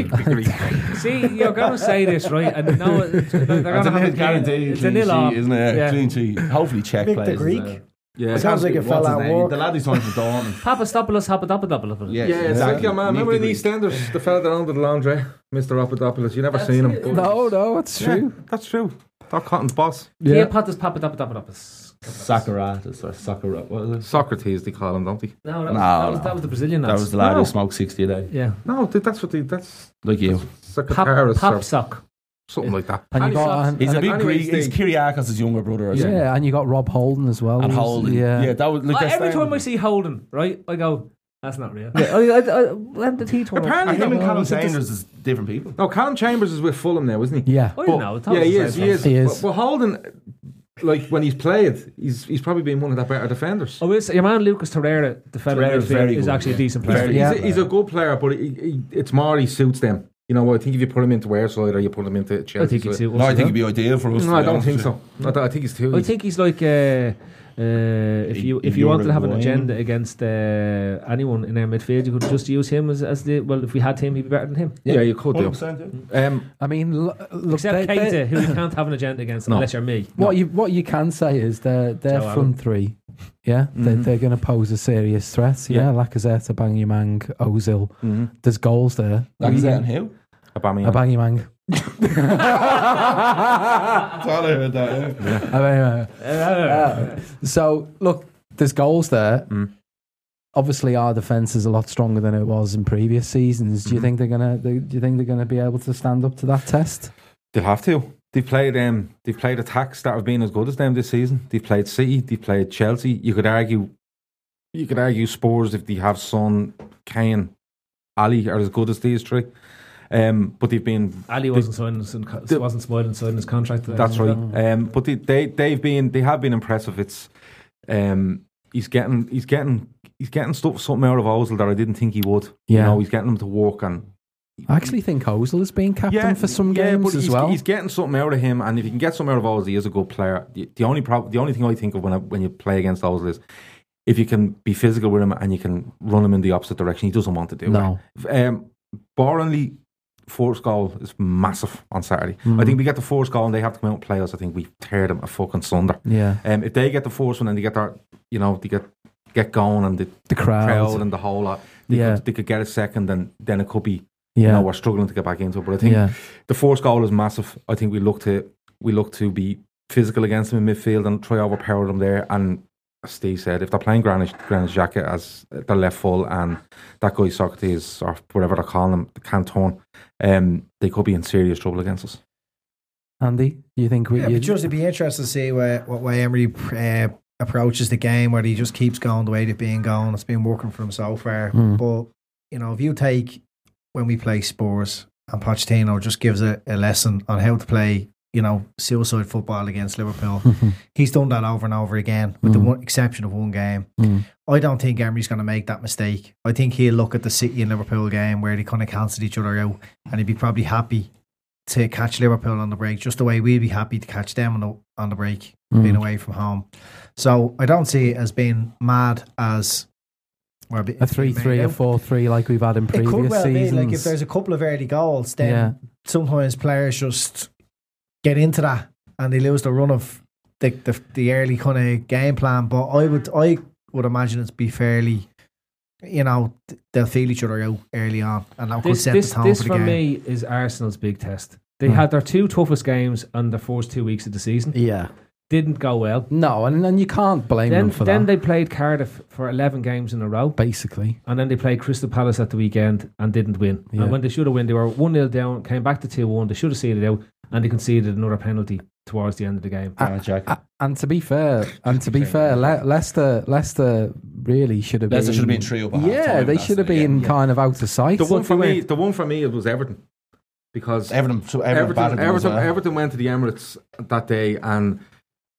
[SPEAKER 7] See, you're going to say this, right? And
[SPEAKER 8] *laughs*
[SPEAKER 7] no, it's- they're going
[SPEAKER 8] That's
[SPEAKER 7] to
[SPEAKER 8] a
[SPEAKER 7] have
[SPEAKER 8] nil
[SPEAKER 7] a game.
[SPEAKER 8] guarantee,
[SPEAKER 7] It's a
[SPEAKER 8] clean
[SPEAKER 7] nil off.
[SPEAKER 8] sheet, isn't it?
[SPEAKER 7] Yeah.
[SPEAKER 8] Clean sheet. Hopefully, Czech
[SPEAKER 10] Nick the
[SPEAKER 8] players.
[SPEAKER 10] Greek?
[SPEAKER 9] Yeah.
[SPEAKER 10] Sounds like a
[SPEAKER 8] What's his
[SPEAKER 10] fella at
[SPEAKER 8] name?
[SPEAKER 10] work.
[SPEAKER 8] The lad who's on from Dortmund.
[SPEAKER 7] Papadopoulos, Papadopoulos.
[SPEAKER 8] Yeah,
[SPEAKER 9] Yeah, it's like your man.
[SPEAKER 8] Nick
[SPEAKER 9] Remember
[SPEAKER 8] the
[SPEAKER 9] in
[SPEAKER 8] Greek.
[SPEAKER 9] EastEnders, the fella that owned the laundry, Mr. Papadopoulos. You never seen him.
[SPEAKER 6] No, no, it's
[SPEAKER 9] Yeah,
[SPEAKER 6] true.
[SPEAKER 9] that's true. Doc Cotton's boss.
[SPEAKER 7] Yeah.
[SPEAKER 6] Yeah.
[SPEAKER 7] Papadopoulos, Papadopoulos.
[SPEAKER 8] Socrates or Socrates. What was it?
[SPEAKER 9] Socrates, they call him, don't they?
[SPEAKER 7] No, that was,
[SPEAKER 8] No,
[SPEAKER 7] that, was,
[SPEAKER 8] no.
[SPEAKER 7] that was the Brazilian.
[SPEAKER 8] Oh. That was the lad who smoked 60 a day.
[SPEAKER 7] Yeah.
[SPEAKER 9] No, dude, that's what they. That's
[SPEAKER 8] Like you.
[SPEAKER 7] Pop,
[SPEAKER 9] Socrates
[SPEAKER 7] pop
[SPEAKER 9] or
[SPEAKER 7] sock.
[SPEAKER 9] something like that.
[SPEAKER 6] And you got and,
[SPEAKER 8] He's a
[SPEAKER 6] and-
[SPEAKER 8] big
[SPEAKER 9] Anyway,
[SPEAKER 8] Greek. He's
[SPEAKER 9] Steve.
[SPEAKER 8] Kyriakos' younger brother or
[SPEAKER 6] yeah.
[SPEAKER 8] something.
[SPEAKER 6] and you got Rob Holden as well.
[SPEAKER 8] And
[SPEAKER 6] He's-
[SPEAKER 8] Holden.
[SPEAKER 6] Yeah,
[SPEAKER 8] that was like
[SPEAKER 7] I,
[SPEAKER 8] they're
[SPEAKER 7] every
[SPEAKER 8] starting-
[SPEAKER 7] time I see Holden, right, I go, that's not real. Yeah. I, I, I, when did he turn up?
[SPEAKER 9] Apparently,
[SPEAKER 8] Him and
[SPEAKER 9] no,
[SPEAKER 8] Callum
[SPEAKER 9] it's just-
[SPEAKER 8] Sanders is different people.
[SPEAKER 9] No, Callum Chambers is with Fulham now, isn't he?
[SPEAKER 6] yeah.
[SPEAKER 7] I don't know. I thought
[SPEAKER 9] yeah,
[SPEAKER 7] it was
[SPEAKER 9] he
[SPEAKER 7] the
[SPEAKER 9] is.
[SPEAKER 7] same
[SPEAKER 9] He is.
[SPEAKER 6] He is.
[SPEAKER 9] But, but Holden, like when he's played, he's he's probably been one of the better defenders.
[SPEAKER 7] I will say, your man Lucas Torreira, the fellow
[SPEAKER 8] Torreira's
[SPEAKER 7] midfielder,
[SPEAKER 8] very
[SPEAKER 7] is
[SPEAKER 8] good,
[SPEAKER 7] actually a
[SPEAKER 8] yeah.
[SPEAKER 7] decent
[SPEAKER 8] He's
[SPEAKER 7] player.
[SPEAKER 8] very-
[SPEAKER 9] He's, a, he's a good player, but he, he, it's more he suits them. You know, I think if you put him into our side or you put him into Chelsea,
[SPEAKER 7] I think he's.
[SPEAKER 9] side-
[SPEAKER 8] No, I think it'd be ideal for us.
[SPEAKER 9] No,
[SPEAKER 8] to
[SPEAKER 9] I
[SPEAKER 8] be
[SPEAKER 9] don't
[SPEAKER 8] honest
[SPEAKER 9] think
[SPEAKER 8] with you.
[SPEAKER 9] so. I, don't- I think he's too.
[SPEAKER 7] I think he's like uh, uh,
[SPEAKER 8] E-
[SPEAKER 7] if you if you wanted to have an agenda against uh, anyone in our midfield, you could just use him as, as the well. If we had him, he'd be better than him.
[SPEAKER 9] yeah, you could do.
[SPEAKER 8] 100%, yeah.
[SPEAKER 9] Um,
[SPEAKER 6] I mean, l- look,
[SPEAKER 7] Except
[SPEAKER 6] they-
[SPEAKER 7] Keita,
[SPEAKER 6] they-
[SPEAKER 7] who you can't have an agenda against unless you're me. *laughs*
[SPEAKER 6] What *laughs* you what you can say is they're they're
[SPEAKER 7] Joe Allen.
[SPEAKER 6] front three, yeah. They're,
[SPEAKER 8] Mm-hmm.
[SPEAKER 6] they're going to pose a serious threat. Yeah, Lacazette, Abangimang, Ozil. There's goals there.
[SPEAKER 8] Mm-hmm. Lacazette and who?
[SPEAKER 9] Aubameyang.
[SPEAKER 8] *laughs*
[SPEAKER 6] Abangimang. *laughs* Abangimang. Uh, so look, there's goals there. Obviously, our defense is a lot stronger than it was in previous seasons. Do you think they're gonna? They, do you think they're gonna be able to stand up to that test?
[SPEAKER 9] They'll have to. They've played um, they've played attacks that have been as good as them this season. They've played City, they've played Chelsea. You could argue you could argue Spurs if they have Son, Kane, Ali are as good as these three. Um, but they've been
[SPEAKER 7] Ali wasn't signing, his, wasn't smiling, signing his contract.
[SPEAKER 9] that's right. Um, but they, they they've been they have been impressive. It's um, he's getting he's getting he's getting stuff something out of Ozil that I didn't think he would.
[SPEAKER 6] Yeah.
[SPEAKER 9] You know, he's getting them to walk and
[SPEAKER 6] I actually think Ozil is being captain for some
[SPEAKER 9] yeah,
[SPEAKER 6] games
[SPEAKER 9] but
[SPEAKER 6] as
[SPEAKER 9] he's,
[SPEAKER 6] well.
[SPEAKER 9] He's getting something out of him, and if you can get something out of Ozil, he is a good player. The, the only problem, the only thing I think of when I, when you play against Ozil is if you can be physical with him and you can run him in the opposite direction, he doesn't want to do
[SPEAKER 6] No.
[SPEAKER 9] that. Um, Barnley fourth goal is massive on Saturday.
[SPEAKER 6] Mm.
[SPEAKER 9] I think we get the fourth goal and they have to come out and play us. I think we tear them a fucking sunder.
[SPEAKER 6] yeah,
[SPEAKER 9] Um, if they get the fourth one and they get their, you know, they get get going and the
[SPEAKER 6] the crowd.
[SPEAKER 9] crowd and the whole lot, they,
[SPEAKER 6] Yeah.
[SPEAKER 9] could, they could get a second, and then it could be
[SPEAKER 6] yeah,
[SPEAKER 9] you know, we're struggling to get back into it. But I think
[SPEAKER 6] Yeah.
[SPEAKER 9] the force goal is massive. I think we look to we look to be physical against them in midfield and try overpower them there. And as Steve said, if they're playing Granit Granit Xhaka as their left full and that guy Socrates or whatever they're calling him, Canton, um, they could be in serious trouble against us.
[SPEAKER 6] Andy, do you think we?
[SPEAKER 10] Yeah,
[SPEAKER 6] you-
[SPEAKER 10] but just it'd be interesting to see where, what way Emery uh, approaches the game, whether he just keeps going the way they've been going. It's been working for him so far.
[SPEAKER 9] Hmm.
[SPEAKER 10] But, you know, if you take when we play Spurs and Pochettino just gives a, a lesson on how to play, you know, suicide football against
[SPEAKER 9] *laughs*
[SPEAKER 10] Liverpool, he's done that over and over again, with
[SPEAKER 9] Hmm.
[SPEAKER 10] the one exception of one game.
[SPEAKER 6] hmm,
[SPEAKER 10] I don't think Emery's going to make that mistake. I think he'll look at the City and Liverpool game where they kind of cancelled each other out and he'd be probably happy to catch Liverpool on the break, just the way we'd be happy to catch them on the, on the break,
[SPEAKER 6] Mm.
[SPEAKER 10] being away from home. So I don't see it as being mad as or
[SPEAKER 6] a three-three, a four-three, like we've had in
[SPEAKER 10] It
[SPEAKER 6] previous
[SPEAKER 10] could well
[SPEAKER 6] seasons.
[SPEAKER 10] be like if there's a couple of early goals, then
[SPEAKER 6] Yeah.
[SPEAKER 10] sometimes players just get into that and they lose the run of the the, the early kind of game plan. But I would I would imagine it's be fairly. You know, th- they'll feel each other out early on, and that could
[SPEAKER 7] This
[SPEAKER 10] set
[SPEAKER 7] this
[SPEAKER 10] the tone
[SPEAKER 7] this
[SPEAKER 10] for the
[SPEAKER 7] for
[SPEAKER 10] game.
[SPEAKER 7] me is Arsenal's big test. They had their two toughest games on the first two weeks of the season.
[SPEAKER 6] yeah, didn't go well.
[SPEAKER 13] No, and then you can't blame
[SPEAKER 6] then,
[SPEAKER 13] them for
[SPEAKER 6] then
[SPEAKER 13] that.
[SPEAKER 6] they played Cardiff for 11 games in a row.
[SPEAKER 13] Basically.
[SPEAKER 9] Uh,
[SPEAKER 6] And then they played Crystal Palace at the weekend and didn't win.
[SPEAKER 13] Yeah.
[SPEAKER 6] And when they should have won, they were 1 0 down, came back to 2 1. They should have sealed it out, and they conceded another penalty towards the end of the game. ah,
[SPEAKER 13] and to be fair, and to be fair, Le- Leicester, Leicester really should have
[SPEAKER 11] Leicester
[SPEAKER 13] been.
[SPEAKER 11] should have been three up at
[SPEAKER 13] Yeah,
[SPEAKER 11] half-time,
[SPEAKER 13] they
[SPEAKER 11] that's
[SPEAKER 13] should have
[SPEAKER 11] it, yeah.
[SPEAKER 13] been kind of out of sight.
[SPEAKER 9] The one for me, the one for me, it was Everton because
[SPEAKER 11] Everton, so Everton
[SPEAKER 9] Everton,
[SPEAKER 11] battered
[SPEAKER 9] Everton,
[SPEAKER 11] them as well.
[SPEAKER 9] Everton went to the Emirates that day, and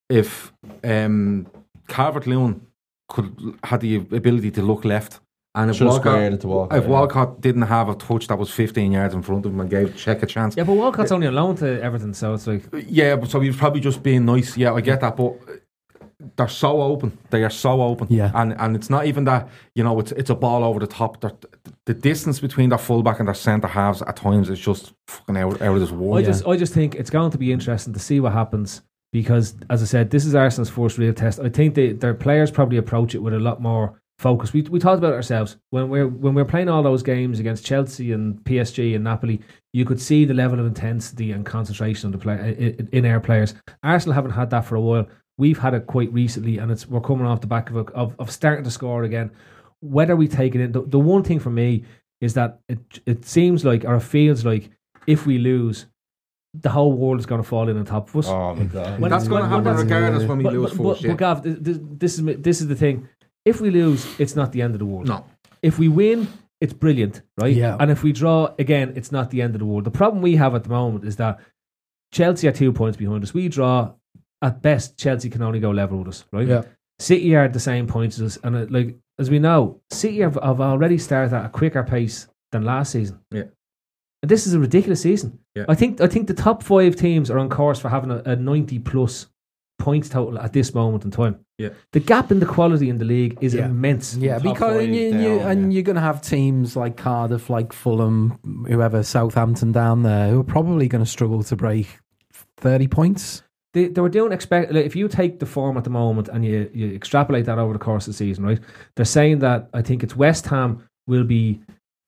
[SPEAKER 9] if um, Calvert Lewin could had the ability to look left. And if
[SPEAKER 11] Should've
[SPEAKER 9] Walcott,
[SPEAKER 11] squared it to Walcott,
[SPEAKER 9] if
[SPEAKER 11] yeah.
[SPEAKER 9] Walcott didn't have a touch that was 15 yards in front of him and gave Check a chance,
[SPEAKER 6] Yeah, but Walcott's only alone to Everton, so it's like.
[SPEAKER 9] Yeah, but so he was probably just being nice. Yeah, I get that, but they're so open. They are so open. Yeah, and and it's not even that you know it's it's a ball over the top. They're, the distance between their fullback and their centre halves at times is just fucking out, out of this world.
[SPEAKER 6] I just I just think it's going to be interesting to see what happens because as I said, this is Arsenal's first real test. I think they, their players probably approach it with a lot more focus. We we talked about it ourselves when we're when we're playing all those games against Chelsea and PSG and Napoli. You could see the level of intensity and concentration of the play, in our players. Arsenal haven't had that for a while. We've had it quite recently, and it's we're coming off the back of a, of, of starting to score again. Whether we take it in, the, the one thing for me is that it it seems like or it feels like if we lose, the whole world is going to fall in on top of us.
[SPEAKER 9] Oh, my God. That's gonna happen regardless when we
[SPEAKER 6] but,
[SPEAKER 9] lose
[SPEAKER 6] But,
[SPEAKER 9] four,
[SPEAKER 6] but,
[SPEAKER 9] yeah.
[SPEAKER 6] but Gav, th- th- this is this is the thing. If we lose, it's not the end of the world.
[SPEAKER 9] No.
[SPEAKER 6] If we win, it's brilliant, right?
[SPEAKER 9] Yeah.
[SPEAKER 6] And if we draw again, it's not the end of the world. The problem we have at the moment is that Chelsea are two points behind us. We draw at best. Chelsea can only go level with us, right?
[SPEAKER 13] Yeah.
[SPEAKER 6] City are at the same points as us, and uh, like as we know, City have, have already started at a quicker pace than last season.
[SPEAKER 9] Yeah.
[SPEAKER 6] And this is a ridiculous season.
[SPEAKER 9] Yeah.
[SPEAKER 6] I think I think the top five teams are on course for having a, a ninety plus points total at this moment in time.
[SPEAKER 9] Yeah.
[SPEAKER 6] The gap in the quality in the league is
[SPEAKER 13] Yeah.
[SPEAKER 6] immense.
[SPEAKER 13] Yeah, because and, you, and you, and you're going to have teams like Cardiff, like Fulham, whoever, Southampton down there, who are probably going to struggle to break thirty points.
[SPEAKER 6] they, they were doing expect like, if you take the form at the moment and you, you extrapolate that over the course of the season, right? They're saying that I think it's West Ham will be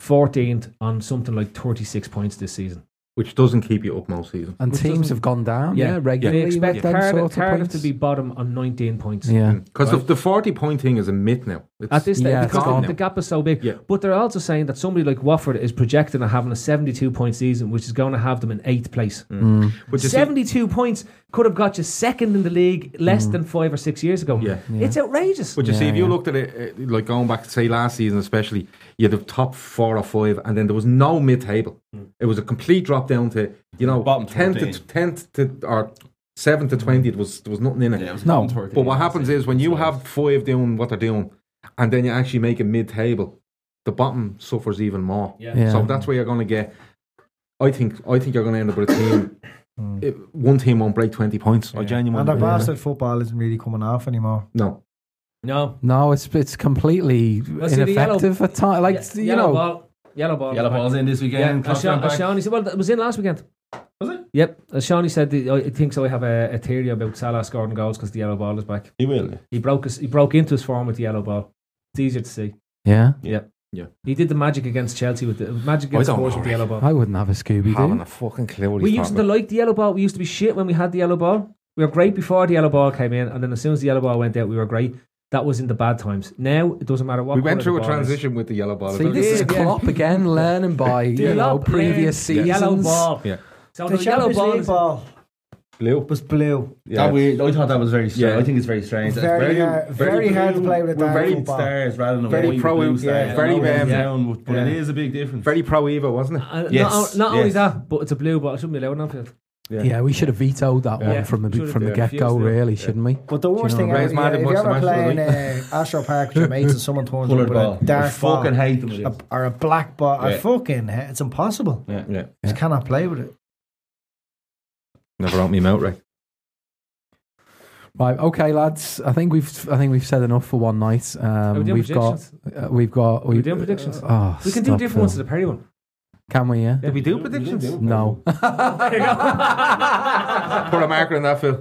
[SPEAKER 6] 14th on something like 36 points this season.
[SPEAKER 9] which doesn't keep you up most season.
[SPEAKER 13] And
[SPEAKER 6] Which
[SPEAKER 13] teams
[SPEAKER 6] doesn't-
[SPEAKER 13] have gone down, yeah, regularly.
[SPEAKER 6] They
[SPEAKER 13] with
[SPEAKER 6] expect
[SPEAKER 13] them
[SPEAKER 6] Cardiff,
[SPEAKER 13] sorts of
[SPEAKER 6] Cardiff
[SPEAKER 13] points.
[SPEAKER 6] to be bottom on 19 points.
[SPEAKER 9] because
[SPEAKER 6] Right?
[SPEAKER 9] the forty point thing is a myth now. It's,
[SPEAKER 6] At this stage,
[SPEAKER 9] it's
[SPEAKER 6] because
[SPEAKER 9] gone
[SPEAKER 6] the,
[SPEAKER 9] now.
[SPEAKER 6] the gap is so big. But they're also saying that somebody like Watford is projecting on having a 72 point season, which is going to have them in eighth place.
[SPEAKER 9] Mm. But you see-
[SPEAKER 6] 72 points could have got you second in the league less than five or six years ago. Yeah. It's outrageous.
[SPEAKER 9] But you see, if you looked at it, uh, like going back, say last season especially, you had the top four or five, and then there was no mid-table. It was a complete drop down to you know
[SPEAKER 11] Bottom
[SPEAKER 9] tenth to
[SPEAKER 11] 14.
[SPEAKER 9] tenth to or seventh to twenty. It was there was nothing in it.
[SPEAKER 11] was No. bottom 14,
[SPEAKER 9] But what happens is when you have five doing what they're doing, and then you actually make a mid-table, the bottom suffers even more.
[SPEAKER 6] Yeah. Yeah.
[SPEAKER 9] So that's where you're going to get. I think I think you're going to end up with a team. it- one team won't break twenty points. I
[SPEAKER 7] And
[SPEAKER 9] genuinely
[SPEAKER 7] our
[SPEAKER 9] believe it.
[SPEAKER 7] bastard football isn't really coming off anymore.
[SPEAKER 9] No.
[SPEAKER 6] No.
[SPEAKER 13] No, it's it's completely
[SPEAKER 6] Well, see, the yellow-
[SPEAKER 13] ineffective at times. Like
[SPEAKER 6] Ye-
[SPEAKER 13] you
[SPEAKER 6] yellow
[SPEAKER 13] know,
[SPEAKER 6] ball, yellow ball,
[SPEAKER 11] Yellow ball's in this weekend,
[SPEAKER 6] Yeah,
[SPEAKER 11] Klopp's going back.
[SPEAKER 6] Shawnee said, well, that was in last weekend. Was it? Yep. As Shawnee said, the, I think so. I have a, a theory about Salah scoring goals because the yellow ball is back.
[SPEAKER 11] He will.
[SPEAKER 6] He broke his, he broke into his form with the yellow ball. It's easier to see.
[SPEAKER 13] Yeah.
[SPEAKER 6] Yeah. Yeah. He did the magic against Chelsea with the magic
[SPEAKER 13] I
[SPEAKER 6] against
[SPEAKER 13] don't
[SPEAKER 6] Spurs
[SPEAKER 13] know,
[SPEAKER 6] with the yellow ball.
[SPEAKER 13] I wouldn't have a Scooby
[SPEAKER 9] Having
[SPEAKER 13] Doo.
[SPEAKER 9] a fucking clue. what
[SPEAKER 6] we
[SPEAKER 9] he's
[SPEAKER 6] used
[SPEAKER 9] talking
[SPEAKER 6] to like the yellow ball. We used to be shit when we had the yellow ball. We were great before the yellow ball came in, and then as soon as the yellow ball went out, we were great. That was in the bad times. Now it doesn't matter what.
[SPEAKER 9] We went
[SPEAKER 6] colour
[SPEAKER 9] through
[SPEAKER 6] the
[SPEAKER 9] a
[SPEAKER 6] ball is.
[SPEAKER 9] transition with the yellow ball.
[SPEAKER 13] See, this is Klopp again, learning by you know
[SPEAKER 6] Klopp
[SPEAKER 13] previous
[SPEAKER 6] learned
[SPEAKER 13] seasons.
[SPEAKER 6] the yellow ball.
[SPEAKER 9] Yeah.
[SPEAKER 6] So
[SPEAKER 7] The
[SPEAKER 6] the, yellow
[SPEAKER 7] Champions
[SPEAKER 6] ball
[SPEAKER 7] League
[SPEAKER 6] is
[SPEAKER 7] ball
[SPEAKER 9] Blue
[SPEAKER 7] was blue.
[SPEAKER 11] Yeah. That weird. I thought that was very strange.
[SPEAKER 9] Yeah.
[SPEAKER 11] I think it's very strange. That's
[SPEAKER 7] Very hard- very hard to
[SPEAKER 11] blue-
[SPEAKER 7] play with a
[SPEAKER 11] We're
[SPEAKER 7] dark
[SPEAKER 11] very
[SPEAKER 7] football.
[SPEAKER 11] stars rather than
[SPEAKER 9] Very
[SPEAKER 11] very
[SPEAKER 9] pro-
[SPEAKER 11] pro blue
[SPEAKER 9] yeah,
[SPEAKER 11] stars.
[SPEAKER 9] very,
[SPEAKER 11] No, it's
[SPEAKER 9] um,
[SPEAKER 11] down, but
[SPEAKER 9] yeah.
[SPEAKER 11] it is a big difference.
[SPEAKER 9] Very pro Eva, wasn't it?
[SPEAKER 6] Uh,
[SPEAKER 11] Yes,
[SPEAKER 6] Not, not only
[SPEAKER 11] yes.
[SPEAKER 6] that, but it's a blue ball. It shouldn't be allowed on Anfield.
[SPEAKER 13] Yeah. we should have vetoed that
[SPEAKER 6] Yeah.
[SPEAKER 13] one from the
[SPEAKER 6] Should've
[SPEAKER 13] from the
[SPEAKER 6] done.
[SPEAKER 13] get go,
[SPEAKER 6] Refused it.
[SPEAKER 13] really, shouldn't we?
[SPEAKER 7] But the worst
[SPEAKER 13] Do you
[SPEAKER 7] thing
[SPEAKER 13] know
[SPEAKER 7] ever,
[SPEAKER 13] what
[SPEAKER 7] if
[SPEAKER 13] I
[SPEAKER 7] you
[SPEAKER 13] mean?
[SPEAKER 7] ever
[SPEAKER 9] match of the
[SPEAKER 7] playing uh, Astro Park with your mates and someone turns up
[SPEAKER 11] Coloured
[SPEAKER 7] with
[SPEAKER 11] ball.
[SPEAKER 7] a dark
[SPEAKER 11] I fucking
[SPEAKER 7] ball
[SPEAKER 11] hate them shits.
[SPEAKER 7] a- or a black ball, I
[SPEAKER 11] Yeah.
[SPEAKER 7] fucking hate- it's impossible.
[SPEAKER 11] Yeah.
[SPEAKER 9] Yeah.
[SPEAKER 7] Just cannot play with it.
[SPEAKER 9] Never opened me out right.
[SPEAKER 13] Right, okay, lads. I think we've I think we've said enough for one night.
[SPEAKER 6] Are we
[SPEAKER 13] Um,
[SPEAKER 6] doing
[SPEAKER 13] we've got uh, we've got
[SPEAKER 6] We're
[SPEAKER 13] we-
[SPEAKER 6] doing predictions.
[SPEAKER 13] oh,
[SPEAKER 6] we can do
[SPEAKER 13] stop,
[SPEAKER 6] different
[SPEAKER 13] Phil.
[SPEAKER 6] ones to the Perry one.
[SPEAKER 13] Can we? Yeah.
[SPEAKER 9] Did we do predictions? *laughs*
[SPEAKER 13] No.
[SPEAKER 9] Put a marker in that, Phil.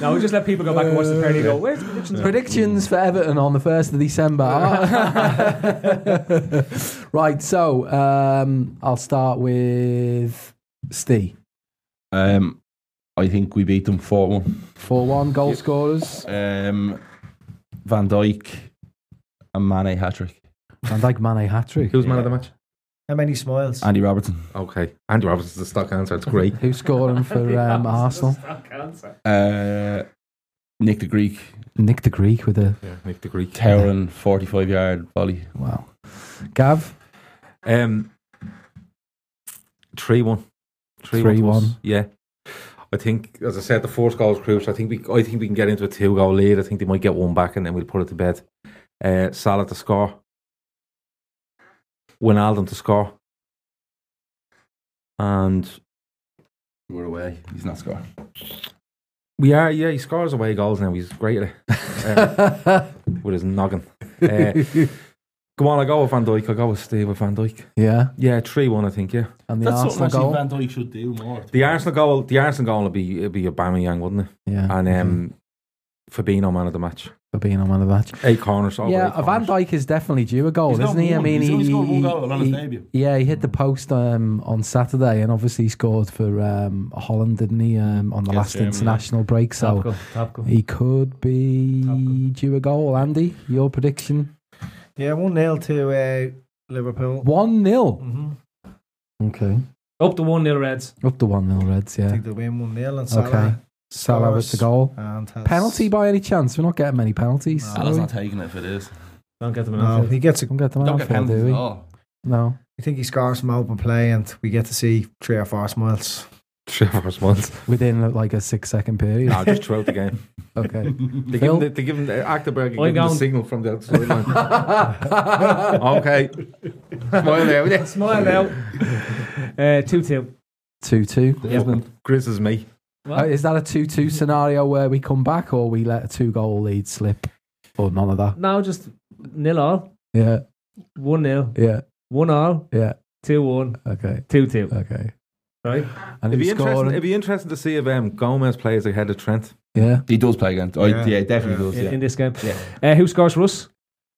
[SPEAKER 6] no, we just let people go back and watch the Perry and go, where's the predictions?
[SPEAKER 13] Predictions for Everton on the 1st of
[SPEAKER 6] *laughs*
[SPEAKER 7] *laughs*
[SPEAKER 13] December. right, so um, I'll start with Steve.
[SPEAKER 11] Um, I think we beat them 4 1.
[SPEAKER 7] 4 1 goal scorers.
[SPEAKER 11] Um, Van Dijk and Mane hat trick.
[SPEAKER 7] Van Dijk Mane hat trick.
[SPEAKER 9] Who's man of the match?
[SPEAKER 14] How many smiles?
[SPEAKER 11] Andy Robertson.
[SPEAKER 9] Okay. Andy Robertson's the stock answer. It's great.
[SPEAKER 7] Who's scoring
[SPEAKER 6] *laughs*
[SPEAKER 7] for um, Arsenal?
[SPEAKER 11] Uh, Nick the Greek.
[SPEAKER 7] Nick the Greek with a
[SPEAKER 9] Yeah, Nick the Greek.
[SPEAKER 11] Towering 45 yard volley.
[SPEAKER 7] wow. Gav,
[SPEAKER 9] Um, 3 1.
[SPEAKER 7] 3-1.
[SPEAKER 9] Yeah. I think, as I said, the fourth goal is crucial. I think we, I think we can get into a two goal lead. I think they might get one back, and then we'll put it to bed. Uh, Salah to score, Wijnaldum to score, and
[SPEAKER 11] We're away. He's not scoring.
[SPEAKER 9] we are. Yeah, he scores away goals now. He's great at it
[SPEAKER 11] *laughs*
[SPEAKER 9] Uh, with his noggin. Uh, go on, I go with Van Dijk. I go with Steve with Van Dijk.
[SPEAKER 7] yeah,
[SPEAKER 9] Yeah, three one. I think. Yeah.
[SPEAKER 7] and the Arsenal goal.
[SPEAKER 11] Van Dijk should do more.
[SPEAKER 9] The Arsenal goal, the Arsenal goal would be it'd be Aubameyang, wouldn't it?
[SPEAKER 7] yeah,
[SPEAKER 9] And um, Fabinho man of the match,
[SPEAKER 7] for being on man of the match.
[SPEAKER 9] eight corners. over
[SPEAKER 7] Yeah,
[SPEAKER 9] eight
[SPEAKER 7] Van
[SPEAKER 9] corners.
[SPEAKER 7] Dijk is definitely due a goal,
[SPEAKER 11] He's
[SPEAKER 7] isn't
[SPEAKER 11] not
[SPEAKER 7] he? I
[SPEAKER 11] won.
[SPEAKER 7] mean,
[SPEAKER 11] He's only
[SPEAKER 7] he,
[SPEAKER 11] scored one
[SPEAKER 7] he-
[SPEAKER 11] goal on his
[SPEAKER 7] he-
[SPEAKER 11] debut.
[SPEAKER 7] yeah, he hit the post um, on Saturday, and obviously he scored for um, Holland, didn't he? Um, on the
[SPEAKER 11] Against
[SPEAKER 7] last
[SPEAKER 11] Germany.
[SPEAKER 7] international break, so
[SPEAKER 6] Topical, topical.
[SPEAKER 7] he could be due a goal. Andy, your prediction:
[SPEAKER 14] Yeah, 1 0 to uh, Liverpool.
[SPEAKER 7] one 0
[SPEAKER 14] Mm-hmm.
[SPEAKER 7] Okay,
[SPEAKER 6] Up to 1 0 Reds.
[SPEAKER 7] up to one 0 Reds.
[SPEAKER 14] I
[SPEAKER 7] Yeah,
[SPEAKER 14] think they'll win 1 0 and Salah.
[SPEAKER 7] okay. Salah with the
[SPEAKER 14] scores
[SPEAKER 7] goal.
[SPEAKER 14] And has-
[SPEAKER 7] Penalty by any chance? We're not getting many penalties.
[SPEAKER 14] No.
[SPEAKER 7] are
[SPEAKER 11] Salah's
[SPEAKER 7] we?
[SPEAKER 11] not taking it if it is.
[SPEAKER 6] Don't get them in
[SPEAKER 14] No,
[SPEAKER 6] Anfield.
[SPEAKER 14] he gets a
[SPEAKER 7] Don't get them
[SPEAKER 11] Don't
[SPEAKER 7] out
[SPEAKER 11] get
[SPEAKER 7] there,
[SPEAKER 11] penalties
[SPEAKER 7] do
[SPEAKER 11] at
[SPEAKER 7] we?
[SPEAKER 11] all.
[SPEAKER 7] No.
[SPEAKER 14] I think he scores from open play, and we get to see three or four smiles.
[SPEAKER 9] *laughs* Trevor Smalls.
[SPEAKER 7] Within like a six second period.
[SPEAKER 9] No, just throughout the game.
[SPEAKER 7] Okay.
[SPEAKER 9] They give
[SPEAKER 7] Phil?
[SPEAKER 9] him, the, they give him the, Acterberg, give
[SPEAKER 6] I'm
[SPEAKER 9] him the
[SPEAKER 6] going-
[SPEAKER 9] signal from the outside
[SPEAKER 7] *laughs*
[SPEAKER 9] line. okay, smile now. yeah.
[SPEAKER 6] Smile out. Uh, 2 2.
[SPEAKER 7] 2 2.
[SPEAKER 9] Grizz is me.
[SPEAKER 7] Uh, is that a 2 2 scenario where we come back or we let a two goal lead slip or none of that?
[SPEAKER 6] Now just nil all,
[SPEAKER 7] Yeah.
[SPEAKER 6] 1 0,
[SPEAKER 7] Yeah.
[SPEAKER 6] 1 all,
[SPEAKER 7] Yeah.
[SPEAKER 6] 2 1,
[SPEAKER 7] Okay.
[SPEAKER 6] 2 2.
[SPEAKER 7] Okay.
[SPEAKER 6] Right?
[SPEAKER 7] And
[SPEAKER 9] It'd
[SPEAKER 7] who's
[SPEAKER 9] be, interesting,
[SPEAKER 7] scoring?
[SPEAKER 9] it'd be interesting to see if um, Gomez plays ahead of Trent.
[SPEAKER 7] Yeah.
[SPEAKER 11] He does play against. I,
[SPEAKER 14] Yeah.
[SPEAKER 11] yeah, definitely
[SPEAKER 14] Yeah.
[SPEAKER 11] does.
[SPEAKER 6] in,
[SPEAKER 11] Yeah.
[SPEAKER 6] in this game.
[SPEAKER 11] Yeah.
[SPEAKER 6] Uh, who scores for us?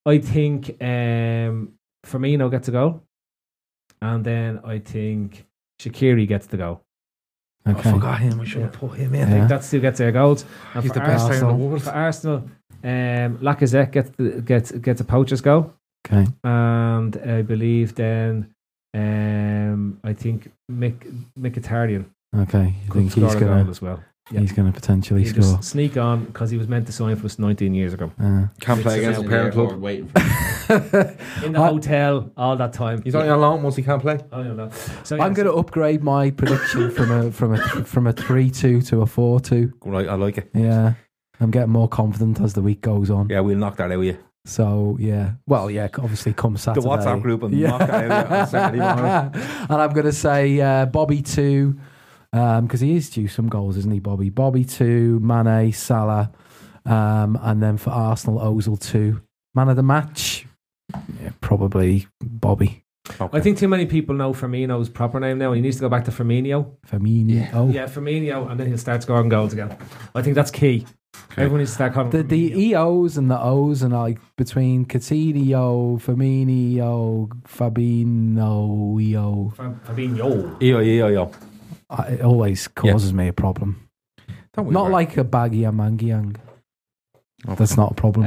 [SPEAKER 6] I think um, Firmino gets a goal. And then I think Shakiri gets the goal.
[SPEAKER 7] Okay.
[SPEAKER 9] him. We should have put him
[SPEAKER 6] I
[SPEAKER 9] in.
[SPEAKER 7] Yeah.
[SPEAKER 6] think that's who gets their goals. And
[SPEAKER 9] He's
[SPEAKER 6] for
[SPEAKER 9] the best
[SPEAKER 6] Arsenal,
[SPEAKER 9] player in the
[SPEAKER 7] Arsenal.
[SPEAKER 9] world.
[SPEAKER 6] for Arsenal um, Lacazette gets, the, gets, gets a poacher's goal.
[SPEAKER 7] Okay.
[SPEAKER 6] And I believe then um, I think Mik- Mkhitaryan
[SPEAKER 7] Okay. You
[SPEAKER 6] could
[SPEAKER 7] think
[SPEAKER 6] score
[SPEAKER 7] he's
[SPEAKER 6] a goal
[SPEAKER 7] going to
[SPEAKER 6] as well. Yeah.
[SPEAKER 7] he's going to potentially
[SPEAKER 6] He
[SPEAKER 7] score?
[SPEAKER 6] just sneak on because he was meant to sign for us 19 years ago.
[SPEAKER 7] Uh,
[SPEAKER 9] Can't play against the parent club.
[SPEAKER 11] Waiting for
[SPEAKER 6] In the
[SPEAKER 7] I-
[SPEAKER 6] hotel all that time.
[SPEAKER 9] He's only on loan once he can't play.
[SPEAKER 6] I don't know. So, yeah,
[SPEAKER 7] I'm going to upgrade my prediction from a from a from a 3 2 to a 4 2.
[SPEAKER 9] Right, I like it.
[SPEAKER 7] Yeah. I'm getting more confident as the week goes on.
[SPEAKER 9] Yeah, we'll knock that out of you.
[SPEAKER 7] So yeah, well yeah, c- obviously come Saturday.
[SPEAKER 9] WhatsApp group and knock that area on
[SPEAKER 7] *laughs*
[SPEAKER 9] Saturday morning.
[SPEAKER 7] and I'm going to say uh, Bobby two because he is due some goals, isn't he, Bobby? Bobby two, Mane, Salah, um, and then for Arsenal, Ozil two. Man of the match, yeah, probably Bobby
[SPEAKER 9] Okay.
[SPEAKER 6] I think too many people know Firmino's proper name now. He needs to go back to Firmino.
[SPEAKER 7] Firmino. Oh,
[SPEAKER 6] Yeah, Firmino, and then he'll start scoring goals again. I think that's key. Everyone needs to start calling
[SPEAKER 7] the
[SPEAKER 6] him
[SPEAKER 7] the
[SPEAKER 6] Firmino.
[SPEAKER 7] EOs and the O's and like between Coutinho, Firmino, Fabinho, EO,
[SPEAKER 6] Fa- Fabinho.
[SPEAKER 9] Yo, yo, yo.
[SPEAKER 7] I- it always causes me a problem.
[SPEAKER 9] Don't we
[SPEAKER 7] Not
[SPEAKER 9] worry.
[SPEAKER 7] like a baggy and mangy yang. That's not a problem.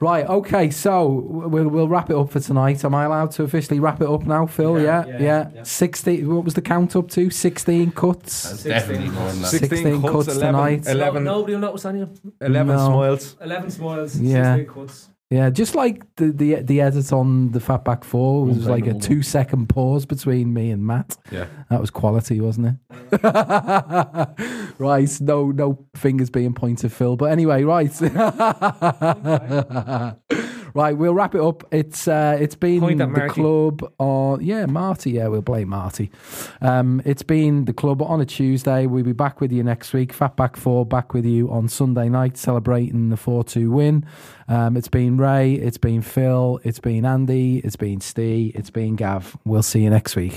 [SPEAKER 7] Right, okay, so w- we'll, we'll wrap it up for tonight. Am I allowed to officially wrap it up now, Phil? Yeah, yeah. 16, what was the count up to? 16 cuts?
[SPEAKER 11] definitely more than that.
[SPEAKER 7] 16,
[SPEAKER 9] 16
[SPEAKER 7] cuts,
[SPEAKER 9] cuts, 11,
[SPEAKER 7] tonight.
[SPEAKER 9] 11,
[SPEAKER 6] No, nobody will notice any of them.
[SPEAKER 9] 11
[SPEAKER 7] No.
[SPEAKER 9] smiles.
[SPEAKER 6] 11 smiles,
[SPEAKER 7] Yeah.
[SPEAKER 6] 16 cuts.
[SPEAKER 7] Yeah, just like the, the the edit on the Fatback 4 was
[SPEAKER 11] Unbelievable.
[SPEAKER 7] like a two second pause between me and Matt.
[SPEAKER 11] Yeah.
[SPEAKER 7] That was quality, wasn't it? *laughs* right, no no fingers being pointed, Phil. But anyway, right. *laughs* right, we'll wrap it up. It's uh, it's been
[SPEAKER 6] Point
[SPEAKER 7] the
[SPEAKER 6] at Marty.
[SPEAKER 7] club on yeah, Marty, yeah, we'll blame Marty. Um, it's been the club on a Tuesday. We'll be back with you next week. Fatback four back with you on Sunday night, celebrating the four two win. Um, it's been Ray, it's been Phil, it's been Andy, it's been Steve, it's been Gav. We'll see you next week.